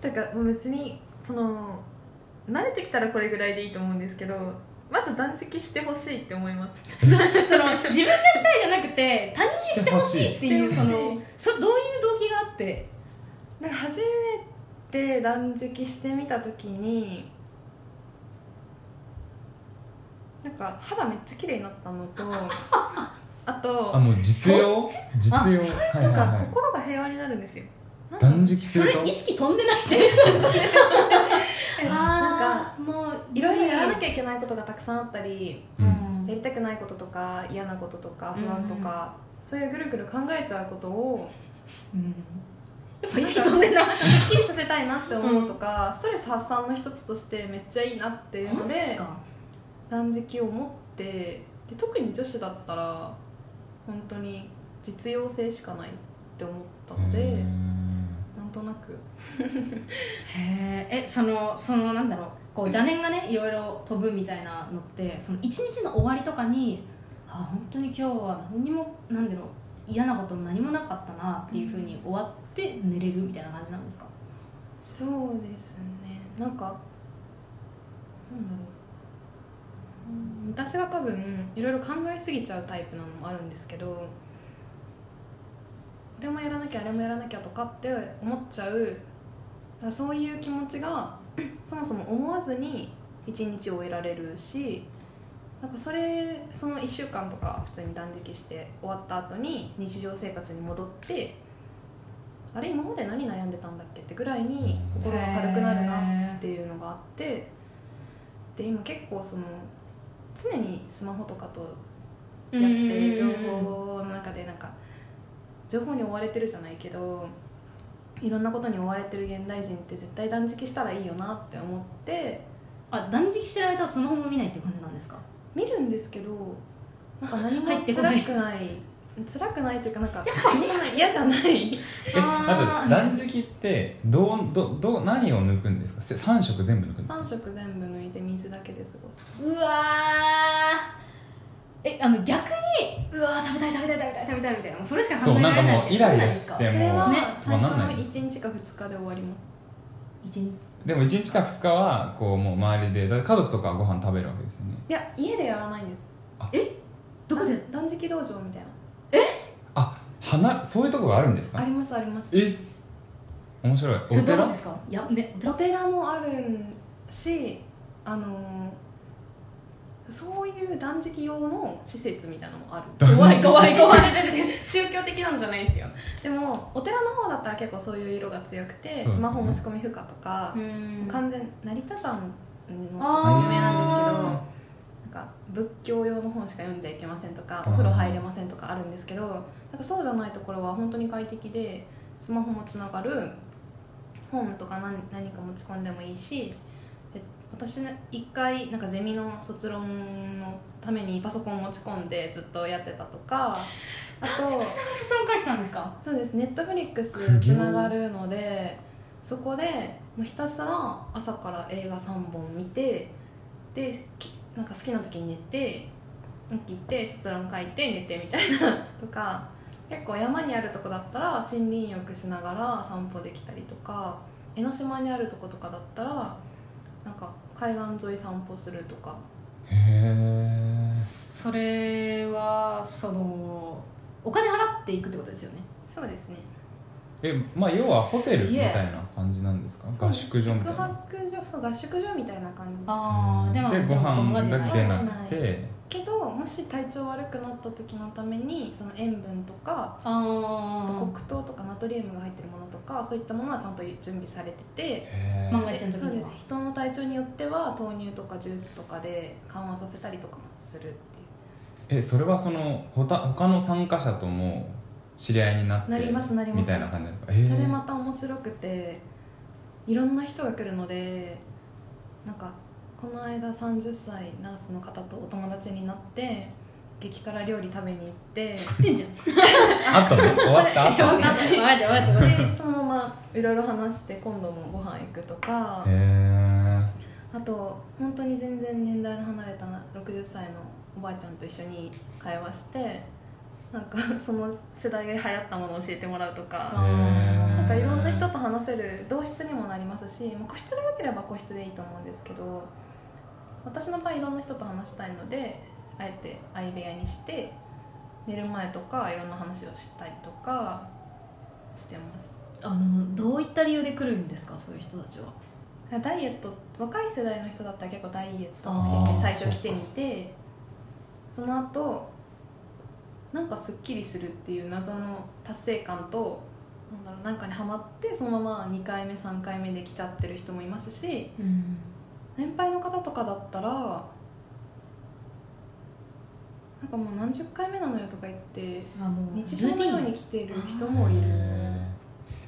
Speaker 3: だからもう別にその慣れてきたらこれぐらいでいいと思うんですけどまず断食してほしいって思いま
Speaker 2: そ
Speaker 3: す
Speaker 2: の自分がしたいじゃなくて他人にしてほしいっていう
Speaker 3: して
Speaker 2: そ
Speaker 3: ほしい
Speaker 2: のそどういう動機があって
Speaker 3: なんか初めて断食してみた時になんか肌めっちゃ綺麗になったの とあと
Speaker 1: あもう実用実用
Speaker 2: あ
Speaker 1: はい
Speaker 3: な
Speaker 1: は
Speaker 3: ん
Speaker 1: い
Speaker 3: か
Speaker 1: はい
Speaker 3: 心が平和になるんですよ。なんか
Speaker 1: 断食す
Speaker 2: そ
Speaker 1: る
Speaker 2: れ
Speaker 1: と
Speaker 2: 意識飛んでないでしょ
Speaker 3: なんか
Speaker 2: あーもう
Speaker 3: いろいろやらなき
Speaker 2: ゃ、
Speaker 3: ゃいけないことがたくさんあったり、
Speaker 1: うん
Speaker 2: うん
Speaker 3: やりたくないこととか嫌なこととか不安とか、そういうぐるぐる考えちゃうことを
Speaker 2: やっぱ意識飛んで ない
Speaker 3: なんかすっきりさせたいなって思うとか、ストレス発散の一つとしてめっちゃいいなっていうので断食を持ってで特に女子だったら本当に実用性しかないって思ったので、
Speaker 1: うん
Speaker 3: なんとなく
Speaker 2: へーえそのそのなんだろうこう邪念がねいろいろ飛ぶみたいなのってその一日の終わりとかにあ本当に今日は何にもなんだろう嫌なこと何もなかったなっていうふうに終わって寝れるみたいな感じなんですか
Speaker 3: そうですねなんかなんだろううん私が多分いろいろ考えすぎちゃうタイプなのもあるんですけどれもやらなきゃあれもやらなきゃとかって思っちゃうだからそういう気持ちが そもそも思わずに一日を終えられるしなんかそれその1週間とか普通に断食して終わった後に日常生活に戻ってあれ今まで何悩んでたんだっけってぐらいに心が軽くなるなっていうのがあってで今結構その常にスマホとかと
Speaker 2: う
Speaker 3: やっ
Speaker 2: んうんうんうん
Speaker 3: て情報の中でなんか情報に追われてるじゃないけどいろんなことに追われてる現代人って絶対断食したらいいよなって思って
Speaker 2: あ断食してる間はスマホも見ないっていう感じなんですか
Speaker 3: 見るんですけどなんか何も
Speaker 2: 入ってこ
Speaker 3: 辛
Speaker 2: ない
Speaker 3: くない辛くないっていうかなんか
Speaker 2: っぱ見
Speaker 3: 嫌じゃない
Speaker 1: えあ
Speaker 2: あー
Speaker 1: と断食ってどうどど何を抜くんですかせ3食全部抜くんですか
Speaker 3: 3食全部抜いて水だけで過ごす
Speaker 2: うわーえあの逆にうわー食べたい食べたい食べたい食べたいみたいなもうそれしか
Speaker 1: そ
Speaker 2: 考
Speaker 1: う
Speaker 2: え
Speaker 1: な
Speaker 2: ら
Speaker 1: んか
Speaker 2: れない
Speaker 1: もうイライラ
Speaker 2: て
Speaker 1: し
Speaker 2: こ
Speaker 1: て
Speaker 2: と
Speaker 1: も
Speaker 2: なん
Speaker 3: そ
Speaker 2: ですか
Speaker 3: れは
Speaker 1: つま
Speaker 3: 最
Speaker 1: ら
Speaker 3: 初
Speaker 1: な
Speaker 3: の
Speaker 1: い
Speaker 3: 1日か2日で終わります
Speaker 2: 一日
Speaker 1: でも1日か2日はこうもう周りでだから家族とかはご飯食べるわけですよね
Speaker 3: いや家でやらないんです
Speaker 2: どこで
Speaker 3: 断断食道場みたいな
Speaker 1: あ花そういうとこがあるんです
Speaker 3: あ
Speaker 1: か
Speaker 3: りますあります
Speaker 1: え面白い
Speaker 2: それ
Speaker 1: お
Speaker 2: どこ
Speaker 1: 寺
Speaker 2: ですかいやねお
Speaker 3: お
Speaker 2: 寺
Speaker 3: 寺もあるしあのーそういう断食用の施設みたいなのもある怖い怖い怖い 宗教的なんじゃないですよでもお寺の方だったら結構そういう色が強く
Speaker 1: そう
Speaker 3: て
Speaker 1: ですね
Speaker 3: スマホ持ち込み不可とか
Speaker 2: う、ん
Speaker 3: 完全成田山の
Speaker 2: あ
Speaker 1: ー
Speaker 3: 有名なんですけどなんか仏教用の本しか読んじゃいけませんとか
Speaker 1: あー
Speaker 3: お風呂入れませんとかあるんですけどなんかそうじゃないところは本当に快適でスマホもつながる本とか何何か持ち込んでもいいしで私ね一回なんかゼミの卒論のためにパソコン持ち込んでずっとやってたとかあと
Speaker 2: それも書いてたんですか
Speaker 3: そうですネットフリックス
Speaker 1: 苦行
Speaker 3: つながるのでそこでもうひたすら朝から映画3本見てできなんか好きな時に寝て起きて卒論書いて寝てみたいな とか結構山にあるとこだったら森林浴しながら散歩できたりとか江ノ島にあるとことかだったらなんか海岸沿い散歩するとか
Speaker 1: へ
Speaker 2: それはそのお金払っていくってことですよね
Speaker 3: そうですね
Speaker 1: ええまあ要はホテルみたいな感じなんですか
Speaker 3: そう
Speaker 1: 合宿所みたい
Speaker 3: 宿
Speaker 1: な
Speaker 3: 泊所そう合宿所みたいな感じです
Speaker 2: ああでも
Speaker 1: でご飯だけ
Speaker 3: 出
Speaker 1: で
Speaker 3: ない
Speaker 1: なくて
Speaker 3: けどもし体調悪くなった時のためにその塩分とか
Speaker 2: あ
Speaker 3: 黒
Speaker 2: あ
Speaker 3: 糖とかナトリウムが入ってるものとかそういったものはちゃんと準備されてて
Speaker 1: へ
Speaker 2: 万
Speaker 1: ー
Speaker 2: が一の時
Speaker 3: そう
Speaker 2: に
Speaker 3: で
Speaker 2: は
Speaker 3: す人の体調によっては豆乳とかジュースとかで緩和させたりとかもするっていう
Speaker 1: えそれはそのほた他の参加者とも知り合いになって
Speaker 3: なりますなります
Speaker 1: みたいな感じなんですか
Speaker 3: それ
Speaker 1: へー
Speaker 3: また面白くていろんな人が来るのでなんかこの間30歳ナースの方とお友達になって激辛料理食べに行って
Speaker 2: 食ってんじ ゃん
Speaker 1: あったの終わったあっ
Speaker 3: それ
Speaker 1: た
Speaker 3: わ
Speaker 1: の
Speaker 3: かんない
Speaker 2: わかってわかってわかって
Speaker 3: でそのままいろいろ話して今度もご飯行くとか
Speaker 1: へー
Speaker 3: あと本当に全然年代の離れた60歳のおばあちゃんと一緒に会話してなんか その世代で流行ったものを教えてもらうとか
Speaker 1: へー
Speaker 3: なんかいろんな人と話せる同室にもなりますし、まあ個室でよければ個室でいいと思うんですけど私の場合いろんな人と話したいのであえて相部屋にして寝る前とかいろんな話をしたりとかしてます。
Speaker 2: あのどういった理由で来るんですかそういう人たちは
Speaker 3: ダイエット若い世代の人だったら結構ダイエット
Speaker 2: あ
Speaker 3: を
Speaker 1: ー
Speaker 3: 最初来てみてその後なんかすっきりするっていう謎の達成感となんだろうなんかにハマってそのまま2回目3回目で来ちゃってる人もいますし
Speaker 2: うん
Speaker 3: 年配の方とかだったらなんかもう何十回目なのよとか言って
Speaker 2: あの
Speaker 3: 日常のように来てる人もいる
Speaker 1: へー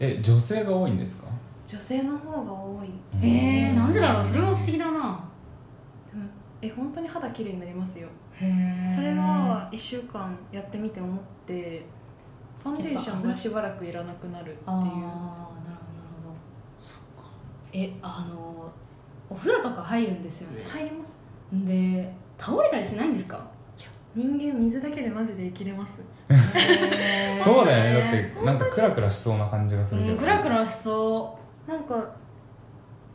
Speaker 1: え女性が多いんですか
Speaker 3: 女性の方が多い
Speaker 2: ルーティンえー、なんでだろうそれも不思議だな
Speaker 3: え本当に肌綺麗になりますよ
Speaker 2: へえ
Speaker 3: それは1週間やってみて思ってファンデーションがしばらくいらなくなるっていう
Speaker 2: ああなるほどなるほどえあのお風呂とか入るんですよね、
Speaker 3: 入ります
Speaker 2: で倒れたりしないんですか
Speaker 3: 人間水だけでマジで生きれ ます
Speaker 1: そうだよねだってなんかクラクラしそうな感じがするけど、
Speaker 2: うんクラクラしそ
Speaker 3: なんか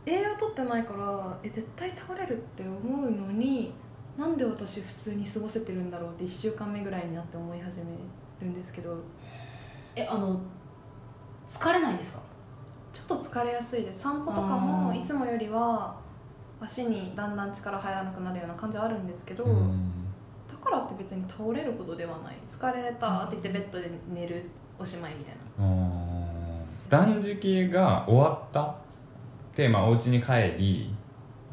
Speaker 3: 栄養取ってないからえ絶対倒れるって思うのになんで私普通に過ごせてるんだろうって1週間目ぐらいになって思い始めるんですけど
Speaker 2: えあの疲れないですか
Speaker 3: ちょっと疲れやすいです散歩とかも
Speaker 2: あー
Speaker 3: いつもよりは足にだんだん力入らなくなるような感じはあるんですけど、
Speaker 1: うん
Speaker 3: だからって別に倒れるほどではない疲れたって言ってベッドで寝るおしまいみたいな
Speaker 1: あー断食が終わったって、まあ、お家に帰り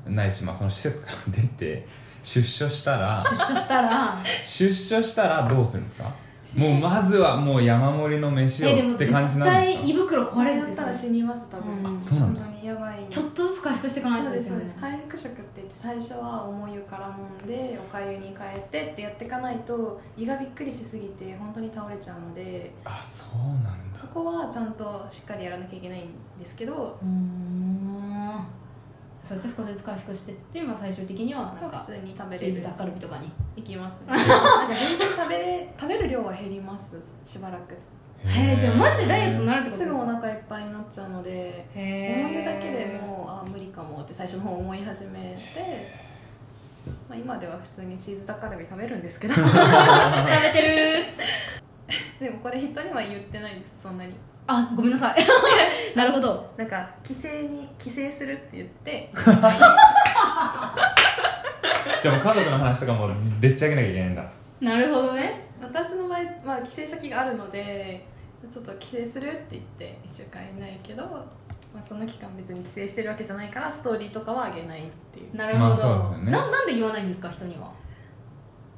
Speaker 1: ないし、まあ、その施設から出て出所したら
Speaker 2: 出所したら
Speaker 1: 出所したらどうするんですか もうまずはもう山盛りの飯
Speaker 2: えで
Speaker 1: を
Speaker 2: も
Speaker 1: って
Speaker 2: 絶
Speaker 1: 感じなん
Speaker 2: 対
Speaker 1: で
Speaker 2: 胃
Speaker 1: すか
Speaker 2: 袋壊れるっ
Speaker 3: そ
Speaker 2: て
Speaker 3: やったら
Speaker 2: さ
Speaker 3: 死にます多分、
Speaker 2: うん
Speaker 1: あそうなんだ
Speaker 3: 本当にやばい
Speaker 2: ちょっとずつ回復していかない
Speaker 3: そう
Speaker 2: と
Speaker 3: で
Speaker 2: ですす
Speaker 3: そ
Speaker 2: よ
Speaker 3: う
Speaker 2: ね
Speaker 3: です回復食って言って最初は重湯から飲んでおかゆに変えてってやっていかないと胃がびっくりしすぎて本当に倒れちゃうので
Speaker 1: あそうなんだ
Speaker 3: そこはちゃんとしっかりやらなきゃいけないんですけど
Speaker 2: うーんそうやって少しずつ回復してって、まあ、最終的にはなん
Speaker 3: 普
Speaker 2: か
Speaker 3: 通に食べ
Speaker 2: チ
Speaker 3: れ
Speaker 2: ー
Speaker 3: る
Speaker 2: ズダッカルビとかに
Speaker 3: いきます、ね、なんか全然食べれ食べる量は減りますしばらく
Speaker 2: へえじゃあマジでダイエットになるってこと
Speaker 3: す
Speaker 2: です
Speaker 3: ぐお
Speaker 2: か
Speaker 3: 腹いっぱいになっちゃうので
Speaker 2: へ
Speaker 3: 思
Speaker 2: ー
Speaker 3: い出だけでもうあ無理かもって最初の方思い始めて、まあ、今では普通にチーズタカルビ食べるんですけど
Speaker 2: 食べてる
Speaker 3: でもこれ人には言ってないですそんなに
Speaker 2: あごめんなさい なるほど
Speaker 3: なんか帰省に帰省するって言って
Speaker 1: じゃあもう家族の話とかもでっち上げなきゃいけないんだ
Speaker 2: なるほどね
Speaker 3: 私の場合、まあ、帰省先があるのでちょっと帰省するって言って1週間いないけど、まあ、その期間別に帰省してるわけじゃないからストーリーとかはあげないっていう
Speaker 2: なるほど、
Speaker 1: まあそうだよね
Speaker 2: ななんで言わないんですか人には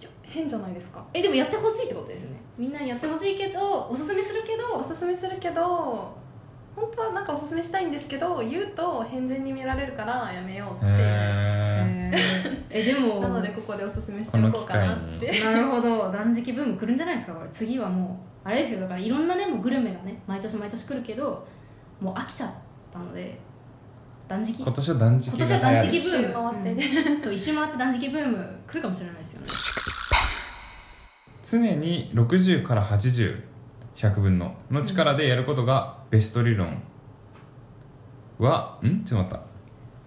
Speaker 2: い
Speaker 3: や変じゃないですか
Speaker 2: えでもやってほしいってことですよねみんなにやってほしいけどおすすめするけ
Speaker 3: お
Speaker 2: ど
Speaker 3: すすめするけど本当はなんかおすすめしたいんですけど言うと偏見に見られるからやめようっていう
Speaker 1: へえ
Speaker 2: え えでも
Speaker 3: なのでここでおすすめしておこうかなっ
Speaker 1: この機
Speaker 3: て
Speaker 2: なるほど断食ブーム来るんじゃないですかこれ次はもうあれですよだからいろんなねもうグルメがね毎年毎年来るけどもう飽きちゃったので断食
Speaker 1: 今年は断食が流行る
Speaker 2: 今年は断
Speaker 3: 一
Speaker 2: 食
Speaker 3: 周回ってね、
Speaker 2: そう一周回って断食ブーム来るかもしれないですよね
Speaker 1: 常に60から80100分のの力でやることがベスト理論は、んちょっと待っ
Speaker 2: だか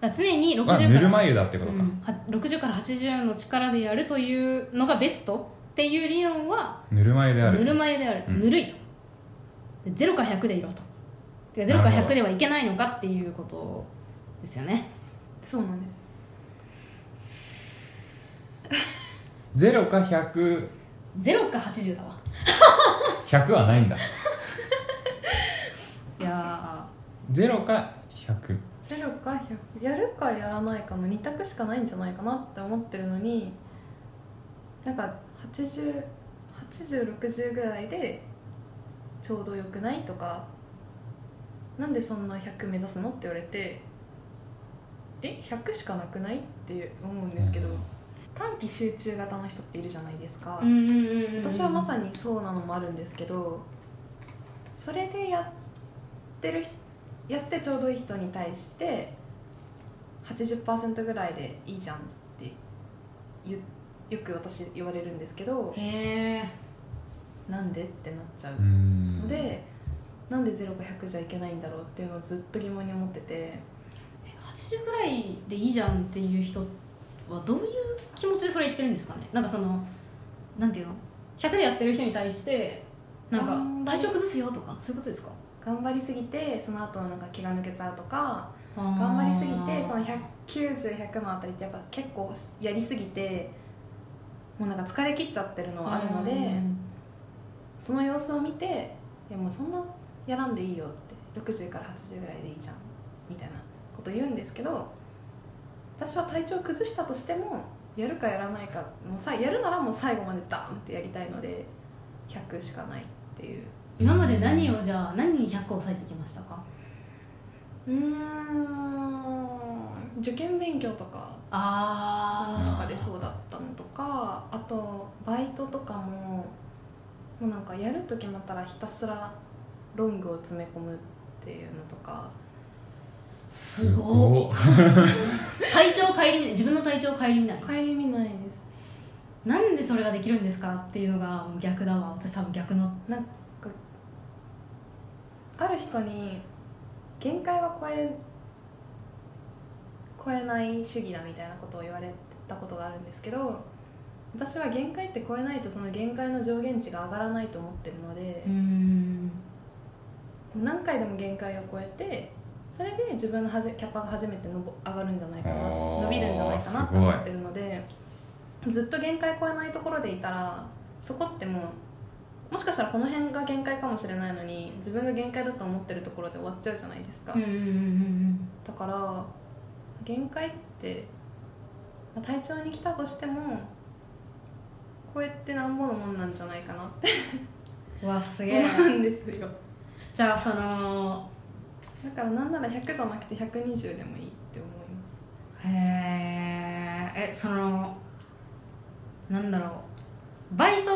Speaker 2: ら常に60
Speaker 1: たは
Speaker 2: から
Speaker 1: ぬるま湯だってことか、
Speaker 2: うんは60から80の力でやるというのがベストっていう理論は
Speaker 1: ぬるま湯である
Speaker 2: ぬるま湯であると、
Speaker 1: うん
Speaker 2: ぬるいとで0か100でいろとてか0か
Speaker 1: なるほど
Speaker 2: 100ではいけないのかっていうことですよね
Speaker 3: そうなんです
Speaker 1: 0か100100
Speaker 2: 0か80だわ
Speaker 1: はないんだ
Speaker 2: いや
Speaker 1: 0か100
Speaker 3: ゼロか100やるかやらないかの2択しかないんじゃないかなって思ってるのになんか808060ぐらいでちょうどよくないとかなんでそんな100目指すのって言われてえ100しかなくないって思うんですけど短期集中型の人っているじゃないですか、
Speaker 2: ーうんうんうんうん
Speaker 3: 私はまさにそうなのもあるんですけどそれでやってる人やってちょうどいい人に対して80%ぐらいでいいじゃんって言よく私言われるんですけど
Speaker 2: へえ
Speaker 3: なんでってなっちゃ
Speaker 1: う
Speaker 3: うんのでなんで0か100じゃいけないんだろうっていうのをずっと疑問に思ってて
Speaker 2: 80ぐらいでいいじゃんっていう人はどういう気持ちでそれ言ってるんですかねなんかそのなんていうの100でやってる人に対してなん
Speaker 3: あー
Speaker 2: か体調崩すよとかそういうことですか
Speaker 3: 頑張りすぎてその後なんか気が抜けちゃうとか頑張りすぎてその190100のあたりってやっぱ結構やりすぎてもうなんか疲れ切っちゃってるのはあるのでその様子を見ていやもうそんなやらんでいいよって60から80ぐらいでいいじゃんみたいなこと言うんですけど私は体調崩したとしてもやるかやらないかもうさやるならもう最後までダーンってやりたいので100しかないっていう
Speaker 2: 今まで何をじゃあ何に100を抑えてきましたか
Speaker 3: うーん受験勉強とか
Speaker 2: あ
Speaker 3: なんかでそうだったのとかあとバイトとかももうなんかやると決まったらひたすらロングを詰め込むっていうのとか
Speaker 2: すごい
Speaker 1: ごっ
Speaker 2: 体調を顧みない自分の体調を顧みない
Speaker 3: 顧みないで
Speaker 2: なんでそれができるんですかっていうのがもう逆だわ私多分逆の
Speaker 3: すある人に限界は超え超えない主義だみたいなことを言われたことがあるんですけど私は限界って超えないとその限界の上限値が上がらないと思ってるので、
Speaker 2: うーん
Speaker 3: もう何回でも限界を超えてそれで自分のはじキャパが初めてのぼ上がるんじゃないかな
Speaker 1: あー
Speaker 3: 伸びるんじゃないかな
Speaker 1: す
Speaker 3: と
Speaker 1: ごい
Speaker 3: 思ってるのでずっと限界超えないところでいたらそこってもうもしかしたらこの辺が限界かもしれないのに自分が限界だと思ってるところで終わっちゃうじゃないですか、
Speaker 2: うんうんうんうん
Speaker 3: だから限界って、まあ、体調に来たとしてもこうやってなんぼのもんなんじゃないかなって
Speaker 2: うんうわすげえ
Speaker 3: 思うんですよ
Speaker 2: じゃあその
Speaker 3: だからなんなら100じゃなくて120でもいいって思います
Speaker 2: へええそのなんだろうバイト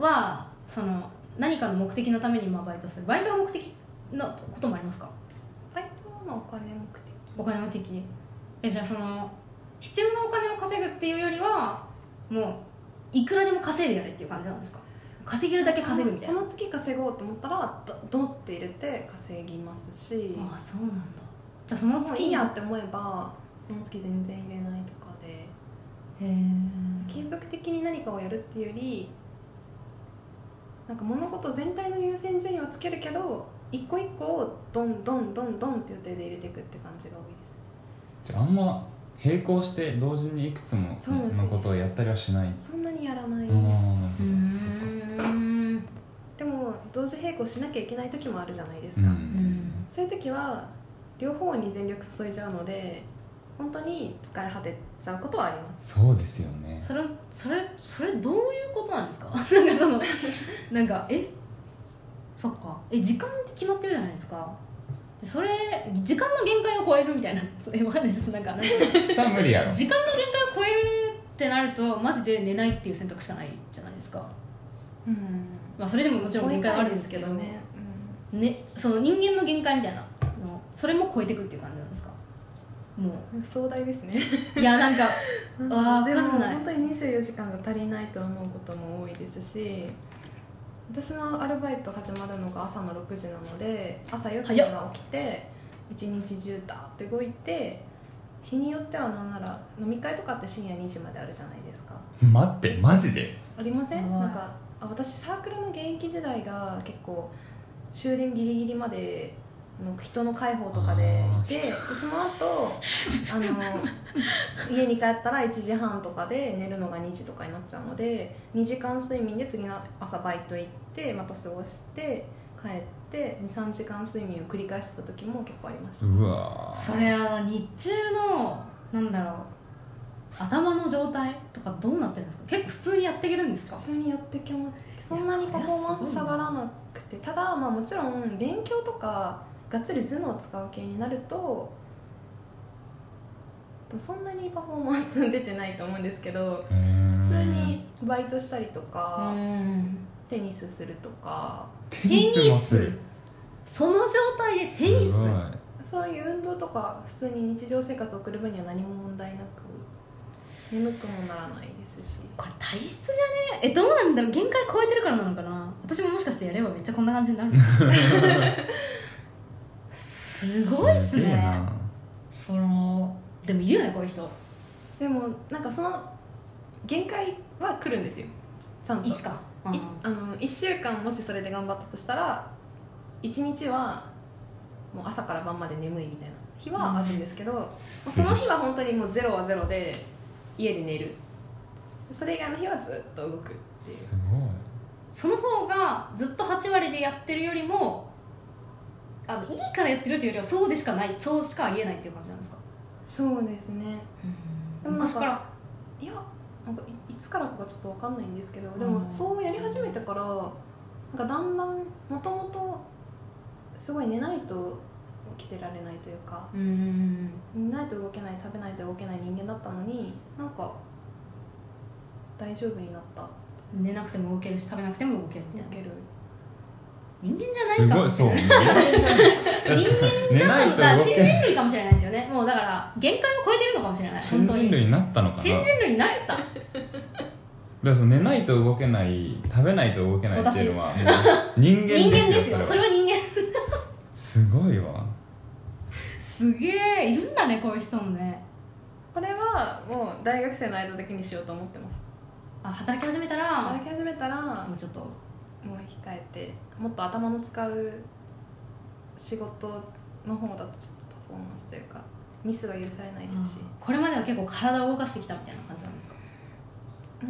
Speaker 2: はその何かの目的のためにまあバイトするバイトが目的のこともありますか
Speaker 3: バイトはまあお金目的
Speaker 2: お金の的にえじゃあその必要なお金を稼ぐっていうよりはもういくらでも稼いでやれっていう感じなんですか稼げるだけ稼ぐみたいな
Speaker 3: この月稼ごうと思ったらどドンって入れて稼ぎますし
Speaker 2: ああそうなんだじゃあその
Speaker 3: もう
Speaker 2: 月
Speaker 3: いい
Speaker 2: に
Speaker 3: やって思えばその月全然入れないとかで
Speaker 2: へえ
Speaker 3: 継続的に何かをやるっていうよりなんか物事全体の優先順位をつけるけど一個一個をどんどんどんどんって予定で入れていくって感じが多いで
Speaker 1: じ
Speaker 3: す
Speaker 1: ゃああんま並行して同時にいくつも
Speaker 3: そうなんですよ
Speaker 1: のことをやったりはしない
Speaker 3: そんなにやらない、
Speaker 1: あーなる
Speaker 2: うー
Speaker 1: ほどそっか
Speaker 2: ん
Speaker 3: でも同時並行しなきゃいけない時もあるじゃないです
Speaker 1: う
Speaker 3: か、
Speaker 1: ん
Speaker 3: そういう時は両方に全力注いじゃうので本当に疲れ果てちゃうことはあります
Speaker 1: そうですよね
Speaker 2: それそれそれどういうことなんですか なんかそのなんかえそっかえ時間って決まってるじゃないですかでそれ時間の限界を超えるみたいな えわかんないちょっとなんかなんか
Speaker 1: さあ無理やろ
Speaker 2: 時間の限界を超えるってなるとマジで寝ないっていう選択しかないじゃないですか、
Speaker 3: うん
Speaker 2: まあ、それでももちろん限界はあるんですけどね
Speaker 3: ね、
Speaker 2: その人間の限界みたいなのそれも超えてくっていう感じなんですかも
Speaker 3: うん、壮大ですね
Speaker 2: ういやなんかわー
Speaker 3: でも
Speaker 2: わかんない
Speaker 3: 本当に24時間が足りないと思うことも多いですし私のアルバイト始まるのが朝の6時なので朝4時には起きて一日中ダーって動いて日によってはなんなら飲み会とかって深夜2時まであるじゃないですか
Speaker 1: 待ってマジで
Speaker 3: ありませ
Speaker 2: や
Speaker 3: ん
Speaker 2: ばい
Speaker 3: なんかあ私サークルの現役時代が結構終電ギリギリまでの人の介抱とかで
Speaker 1: あー
Speaker 3: いてでその後あの 家に帰ったら1時半とかで寝るのが2時とかになっちゃうので2時間睡眠で次の朝バイト行ってまた過ごして帰って23時間睡眠を繰り返してた時も結構ありました、
Speaker 1: うわー
Speaker 2: それあの日中のなんだろう頭の状態とかどうなってるんですか結構普通にやっていけるんですか
Speaker 3: 普通にやってきますそんなにパフォーマンス下がらなくてただまあもちろん勉強とかがっつり頭脳を使う系になるとでもそんなにパフォーマンス出てないと思うんですけど
Speaker 1: うーん
Speaker 3: 普通にバイトしたりと
Speaker 2: う
Speaker 3: か、
Speaker 2: ん
Speaker 3: テニスするとか
Speaker 1: テ
Speaker 2: テニ
Speaker 1: もす
Speaker 2: ス
Speaker 1: る
Speaker 2: その状態でテニス
Speaker 1: すごい
Speaker 3: そういう運動とか普通に日常生活を送る分には何も問題なく眠くもならないですし
Speaker 2: これ体質じゃねえどうなんだろう限界超えてるからなのかな私ももしかしてやればめっちゃこんな感じになるすごいっす
Speaker 1: げえ
Speaker 2: ね
Speaker 1: な
Speaker 2: そのでもいるよねこういう人
Speaker 3: でもなんかその限界は来るんですよちゃんと
Speaker 2: いつか、うん
Speaker 3: いあの1週間もしそれで頑張ったとしたら1日はもう朝から晩まで眠いみたいな日はあるんですけど、その日は本当にもうゼロはゼロで家で寝るそれ以外の日はずっと動くっていう
Speaker 1: すご
Speaker 2: その方がずっと8割でやってるよりもあいいからやってるというよりはそうでしかないそうしかありえないっていう感じなんですか
Speaker 3: そうですねでもなん
Speaker 2: 昔
Speaker 3: か
Speaker 2: から
Speaker 3: いやなんかいいつからかがちょっと分かんないんですけど
Speaker 2: ん
Speaker 3: でもそうやり始めてからなんかだんだんもともとすごい寝ないと起きてられないというか
Speaker 2: うん
Speaker 3: 寝ないと動けない食べないと動けない人間だったのになんか大丈夫になった
Speaker 2: 寝なくても動けるし食べなくても動けるみ
Speaker 3: 動
Speaker 2: たいな
Speaker 3: ける
Speaker 2: 人間じ
Speaker 1: い
Speaker 2: ゃない
Speaker 1: す
Speaker 2: か
Speaker 1: ご
Speaker 2: も
Speaker 1: い
Speaker 2: し
Speaker 1: そう
Speaker 2: れ
Speaker 1: 人
Speaker 2: ない
Speaker 1: 間ないと動けない
Speaker 2: だったのか新人類かもしれないですよねもうだから限界を超えてるのかもしれない
Speaker 1: 新
Speaker 2: 本当
Speaker 1: 人類
Speaker 2: に
Speaker 1: になったのかな
Speaker 2: 新人類になった
Speaker 1: だからその寝ないと動けない食べないと動けないっていうのはもう人間
Speaker 2: 人間
Speaker 1: で
Speaker 2: ですす
Speaker 1: よ
Speaker 2: よ
Speaker 1: そ
Speaker 2: そ
Speaker 1: れは
Speaker 2: れは人間
Speaker 1: すごいわ
Speaker 2: すげえいるんだねこういう人もね
Speaker 3: これはもう大学生の間だけにしようと思ってます
Speaker 2: あ働き始めたら
Speaker 3: 歩き始めたらも
Speaker 2: もうちょっと
Speaker 3: う控えてもっと頭の使う仕事の方だとちょっとパフォーマンスというかミスが許されないですし
Speaker 2: これまでは結構体を動かしてきたみたいな感じなんですか
Speaker 3: う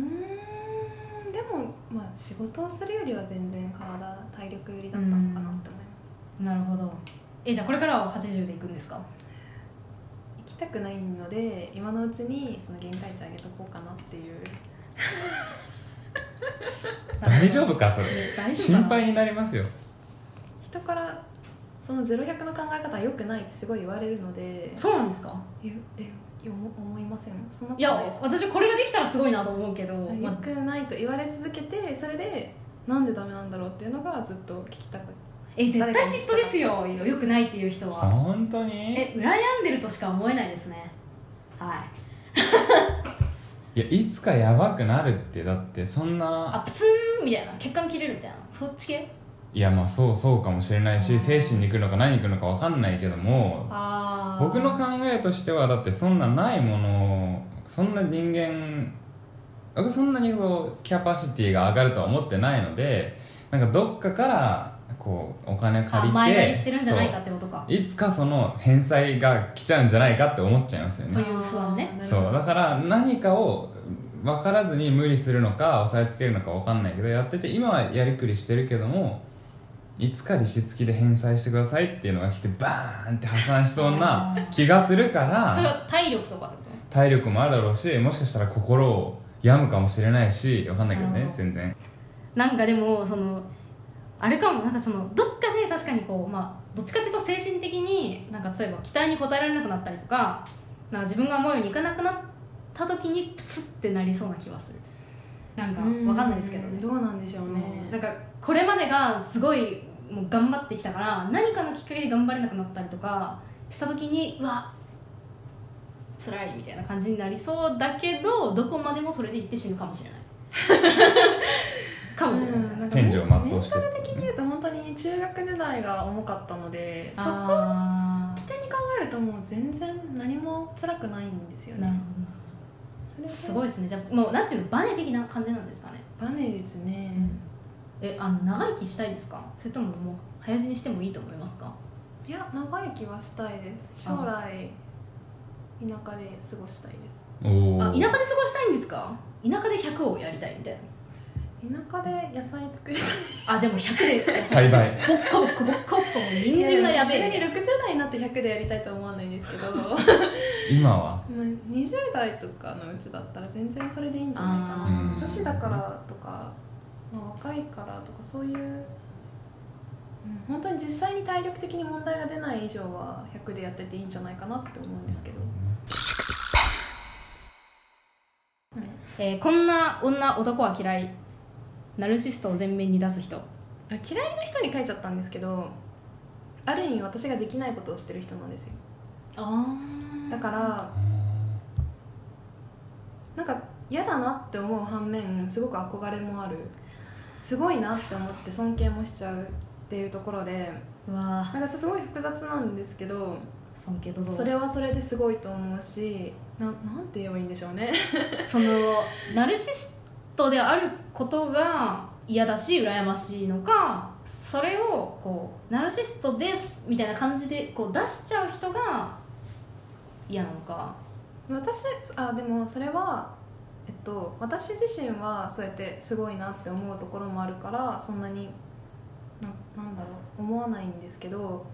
Speaker 3: ーんでもまあ仕事をするよりは全然体体力よりだったのかなって思います
Speaker 2: なるほどえじゃあこれからは80でいくんですか
Speaker 3: 行きたくないので今のうちにその限界値上げとこうかなっていう
Speaker 1: 大丈夫かそれ
Speaker 2: 大丈夫かな
Speaker 1: 心配になり ますよ
Speaker 3: 人からその0100の考え方は良くないってすごい言われるので
Speaker 2: そうなんですか
Speaker 3: えええ思思いませんそんなこ
Speaker 2: い
Speaker 3: と
Speaker 2: や
Speaker 3: ないです
Speaker 2: 私これができたらすごいなと思うけど、ま
Speaker 3: 良
Speaker 2: あ
Speaker 3: くないと言われ続けてそれでなんでダメなんだろうっていうのがずっと聞きたく
Speaker 2: え絶対嫉妬ですよよくないっていう人は
Speaker 1: 本当に
Speaker 2: え羨んでるとしか思えないですねはい
Speaker 1: いやいつかやばくなるってだってそんな
Speaker 2: あプツンみたいな血管切れるみたいなそっち系
Speaker 1: いやまあそうそうかもしれないし精神に来るのか何に来るのか分かんないけども
Speaker 2: あー
Speaker 1: 僕の考えとしてはだってそんなないものをそんな人間僕そんなにこうキャパシティが上がるとは思ってないのでなんかどっかからこうお金借り
Speaker 2: あ
Speaker 1: て
Speaker 2: 前借りしてるんじゃないかってことか
Speaker 1: そういつかその返済が来ちゃうんじゃないかって思っちゃいますよ
Speaker 2: と
Speaker 1: ね
Speaker 2: いう不安ね
Speaker 1: そうだから何かを分からずに無理するのか押さえつけるのか分かんないけどやってて今はやりくりしてるけどもいつか利子付きで返済してくださいっていうのが来てバーンって破産しそうな
Speaker 2: あー
Speaker 1: 気がするから
Speaker 2: それは体力とかってこと
Speaker 1: 体力もあるだろうしもしかしたら心を病むかもしれないしわかんないけど
Speaker 2: なる
Speaker 1: ね
Speaker 2: ほど
Speaker 1: 全然
Speaker 2: なんかでもそのあれかもなんかそのどっかで確かにこうまあどっちかっていうと精神的になんか例えば期待に応えられなくなったりとかなんか自分が思うようにいかなくなった時にプツってなりそうな気はするなんかわかんないですけどね
Speaker 3: どうなんでしょうね
Speaker 2: なんかこれまでがすごいもう頑張ってきたから何かのきっかけで頑張れなくなったりとかした時にうわ辛いみたいな感じになりそうだけどどこまでもそれでいって死ぬかも しれないかもしれないですよね、
Speaker 3: うん
Speaker 1: 天井を全うしてる
Speaker 3: 的に言うと本当に中学時代が重かったのでそこを
Speaker 2: あ
Speaker 3: 起点に考えるともう全然何も辛くないんですよ
Speaker 2: ーなる
Speaker 3: ね
Speaker 2: ほ
Speaker 3: それ
Speaker 2: ど
Speaker 3: は
Speaker 2: すごいですねじゃあもうなんていうのバネ的な感じなんですかね、
Speaker 3: バネですね、
Speaker 2: えあの長生きしたいですかそれとももう早死にしてもいいと思いますか
Speaker 3: いや長生きはしたいです将来田舎で過ごしたいです
Speaker 1: おお
Speaker 2: あ田舎で過ごしたいんですか田舎で100をやりたいみたいな
Speaker 3: 田舎で野菜作りたい
Speaker 2: あじゃあもう100で
Speaker 1: 栽培
Speaker 2: ボッコボッコボッコボッコもう人参がやべ
Speaker 3: さすが
Speaker 2: え
Speaker 3: に60代になって100でやりたいとは思わないんですけどまあ
Speaker 1: 今は
Speaker 3: 20代とかのうちだったら全然それでいいんじゃないかな
Speaker 1: あー
Speaker 3: 女子だからとか、まあ、若いからとかそういう、うん、本当に実際に体力的に問題が出ない以上は100でやってていいんじゃないかなって思うんですけど
Speaker 2: えーこんな女男は嫌いナルシストを前面に出す人
Speaker 3: 嫌いな人に書いちゃったんですけどある意味私ができないことをしてる人なんですよ
Speaker 2: あ
Speaker 3: だからなんか嫌だなって思う反面すごく憧れもあるすごいなって思って尊敬もしちゃうっていうところで
Speaker 2: うわ
Speaker 3: なんかすごい複雑なんですけど
Speaker 2: ー尊敬だぞ
Speaker 3: それはそれですごいと思うしななんて言えばいいんでしょうね
Speaker 2: そのナルシストであることが嫌だし羨ましいのかそれをこうナルシストですみたいな感じでこう出しちゃう人が嫌なのか
Speaker 3: 私あでもそれはえっと私自身はそうやってすごいなって思うところもあるからそんなにななんだろう思わないんですけど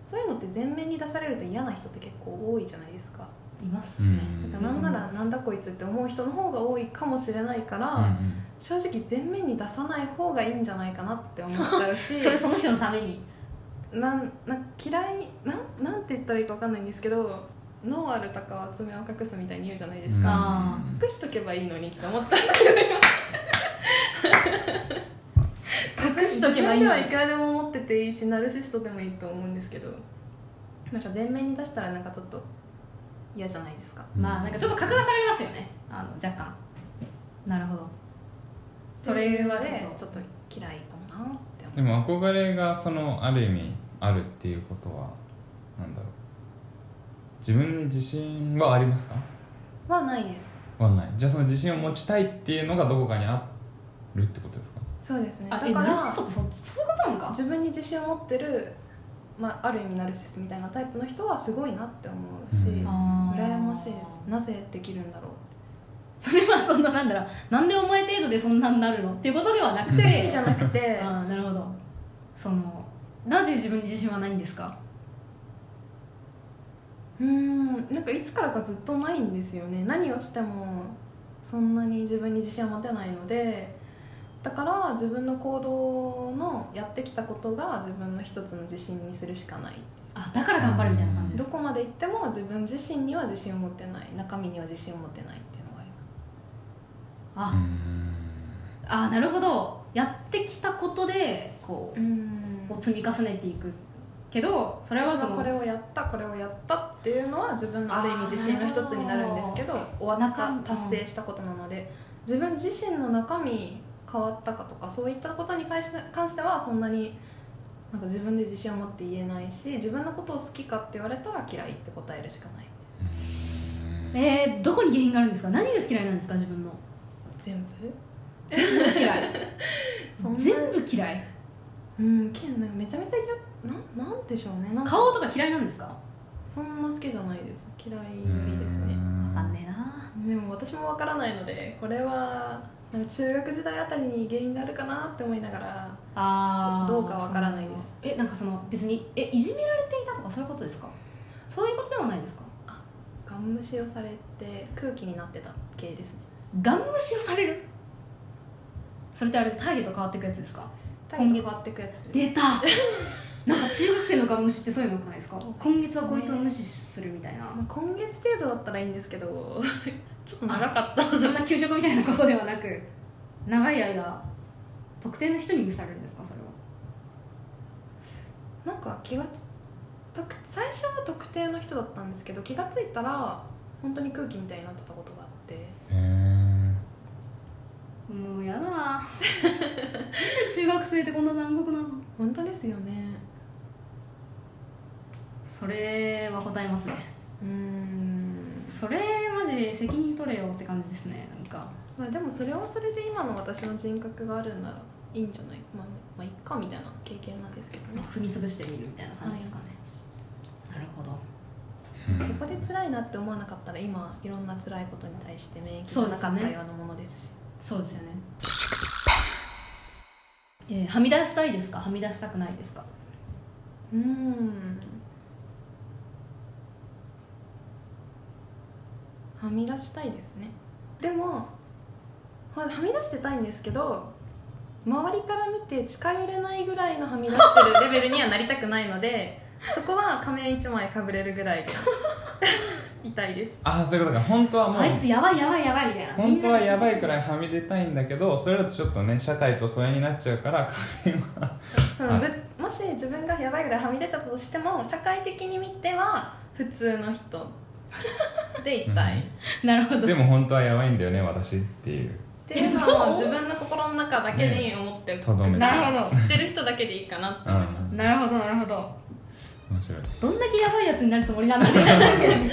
Speaker 3: そういうのって全面に出されると嫌な人って結構多いじゃないですか
Speaker 2: います
Speaker 1: う
Speaker 2: ね、
Speaker 1: ん
Speaker 2: だ
Speaker 1: う
Speaker 2: か
Speaker 3: なんならなんだこいつって思う人の方が多いかもしれないから、
Speaker 1: ん
Speaker 3: 正直全面に出さない方がいいんじゃないかなって思っちゃうし
Speaker 2: それその人のために
Speaker 3: なんなん嫌いなんなんて言ったらいいか分かんないんですけど脳ある鷹は爪を隠すみたいに言うじゃないです
Speaker 1: うん
Speaker 3: か、
Speaker 2: あ
Speaker 3: 隠しとけばいいのにって思った
Speaker 2: 隠しとけばいいの
Speaker 3: 自分では
Speaker 2: に
Speaker 3: いくらでも持ってていいしナルシストでもいいと思うんですけどなんか全面に出したらなんかちょっと嫌じゃないですか
Speaker 2: まあなんかちょっと格が下がりますよねあの若干なるほどそれはちょっ
Speaker 3: ね
Speaker 2: と
Speaker 3: ちょっと嫌いかもなって思う
Speaker 1: でも憧れがそのある意味あるっていうことはなんだろう自分に自信はありますか
Speaker 3: はないです
Speaker 1: わかんないじゃあその自信を持ちたいっていうのがどこかにあるってことですか
Speaker 3: そうですねだ
Speaker 2: あ
Speaker 3: か
Speaker 2: えナ
Speaker 3: ら
Speaker 2: ルシストってそそういうことなのか
Speaker 3: 自分に自信を持ってる、まあ、ある意味ナルシストみたいなタイプの人はすごいなって思うし、
Speaker 1: うん
Speaker 2: あー
Speaker 3: 羨ましいですなぜできるんだろう
Speaker 2: それはそんななんだろうなんでお前程度でそんなになるのっていうことではなく
Speaker 1: うん
Speaker 2: て、
Speaker 3: じゃなくて
Speaker 2: ああなるほどそのなぜ自分に自信はないんですか
Speaker 3: うーんなんかいつからかずっとないんですよね何をしてもそんなに自分に自信を持てないのでだから自分の行動のやってきたことが自分の一つの自信にするしかない
Speaker 2: あだから頑張るみたいな感じで
Speaker 3: ど
Speaker 2: す
Speaker 3: こまで行っても自分自身には自信を持てない中身には自信を持てないっていうのがあります
Speaker 1: う
Speaker 2: あ
Speaker 1: ん
Speaker 2: あなるほどやってきたことでこ
Speaker 3: うーん
Speaker 2: うを積み重ねていくけどそれは
Speaker 3: 私
Speaker 2: そ
Speaker 3: は
Speaker 2: の
Speaker 3: これをやったこれをやったっていうのは自分のある意味自信の一つになるんですけど終わっ
Speaker 2: 中
Speaker 3: た
Speaker 2: 身
Speaker 3: 達成したことなので自分自身の中身変わったかとかそういったことに関して関してはそんなになんか自分で自信を持って言えないし自分のことを好きかって言われたら嫌いって答えるしかない
Speaker 2: えー、どこに原因があるんですか何が嫌いなんですか自分の
Speaker 3: 全部
Speaker 2: 全部嫌い
Speaker 3: そんな
Speaker 2: 全部嫌い
Speaker 3: うんけどねめちゃめちゃ嫌なんなんでしょうねなんか
Speaker 2: 顔とか嫌いなんですかわ
Speaker 3: そんな好きじゃないです嫌いですね
Speaker 2: かんねえな
Speaker 3: でも私もわからないのでこれはなんか中学時代あたりに原因があるかなって思いながら
Speaker 2: あー
Speaker 3: どうかわからないです
Speaker 2: そのえなんかその別にえいじめられていたとかそういうことですかそういうことではないですか
Speaker 3: ガン無視をされて空気になってた系ですね
Speaker 2: ガン無視をされるそれってあれターゲット変わっていくやつですか
Speaker 3: 態度変わってくやつ
Speaker 2: 出た なんか中学生のガン無視ってそういうのよくないですか今月はこいつを無視するみたいな
Speaker 3: まあ、今月程度だったらいいんですけど
Speaker 4: ちょっと長かった
Speaker 2: そんな給食みたいなことではなく長い間特定の人に無視されるんですかそれは
Speaker 3: なんか気がつ特最初は特定の人だったんですけど気がついたら本当に空気みたいになってたことがあって
Speaker 2: もうやだなんで中学生ってこんな南国なの
Speaker 3: 本当ですよね
Speaker 2: それは答えますね
Speaker 3: うーん、
Speaker 2: それマジ責任取れよって感じですねなんか
Speaker 3: まあ、でもそれはそれで今の私の人格があるんならいいんじゃないまあ、まあ、いっかみたいな経験なんですけどね
Speaker 2: 踏み潰してみるみたいな感じですかね、なるほど
Speaker 3: そこで辛いなって思わなかったら今いろんな辛いことに対して免疫
Speaker 2: そ
Speaker 3: が
Speaker 2: うで
Speaker 3: な
Speaker 2: す
Speaker 3: か
Speaker 2: ね
Speaker 3: ったようなものですし
Speaker 2: そうですよねえーはみ出したいですかはみ出したくないですか
Speaker 3: う,、んはみ出したいですねでもははみ出してたいんですけど周りから見て近寄れないぐらいのはみ出してるレベルにはなりたくないの でそこは仮面一枚かぶれるぐらいで痛いです
Speaker 1: ああそういうことか本当はもう
Speaker 2: あいつやばいやばいやばいみたいな
Speaker 1: 本当はやばいくら
Speaker 2: い
Speaker 1: いはみ出たいんだけどそれだとちょっとね社会と疎遠になっちゃうから仮面は
Speaker 3: そのぶもし自分がやばいぐらいはみ出たとしても社会的に見ては普通の人で一体
Speaker 2: なるほど
Speaker 1: でも本当はやばいんだよね私っていう
Speaker 3: っていう
Speaker 2: そ
Speaker 3: の
Speaker 2: う
Speaker 3: を自分の心の中だけに思って
Speaker 1: とどめて
Speaker 2: なるほ
Speaker 3: 知ってる人だけでいいかなって思います
Speaker 2: どなるほどなるほど
Speaker 1: 面白い
Speaker 2: どんだけやばいやつになるつもりなんだって感じですけどね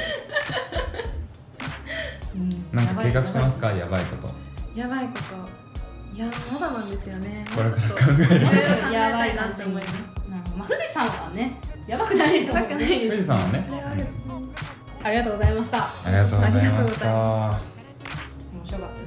Speaker 2: う
Speaker 1: なんか計画してます
Speaker 2: や
Speaker 1: かやばいこと
Speaker 3: やばいこといやまだなんですよね
Speaker 1: これから
Speaker 3: ちょっ
Speaker 1: 考
Speaker 3: とい
Speaker 1: える
Speaker 2: ば
Speaker 3: ろいろ
Speaker 2: いこと
Speaker 3: 考え
Speaker 2: やば
Speaker 3: た
Speaker 2: い
Speaker 3: いな
Speaker 2: 感
Speaker 3: っ
Speaker 2: じ
Speaker 3: て
Speaker 2: に
Speaker 3: 思いま
Speaker 2: なるほどまあ富士山はねやばくないです
Speaker 3: す
Speaker 2: もん
Speaker 3: なくない
Speaker 2: ね
Speaker 3: で
Speaker 1: 富
Speaker 3: す
Speaker 1: 士山はね
Speaker 3: これは
Speaker 1: うん
Speaker 3: 別に
Speaker 2: ありがとうございました
Speaker 1: ありがとうござい
Speaker 3: ありがとう
Speaker 1: ま
Speaker 3: ご
Speaker 1: し
Speaker 3: ざいま
Speaker 1: た
Speaker 2: 面白かったです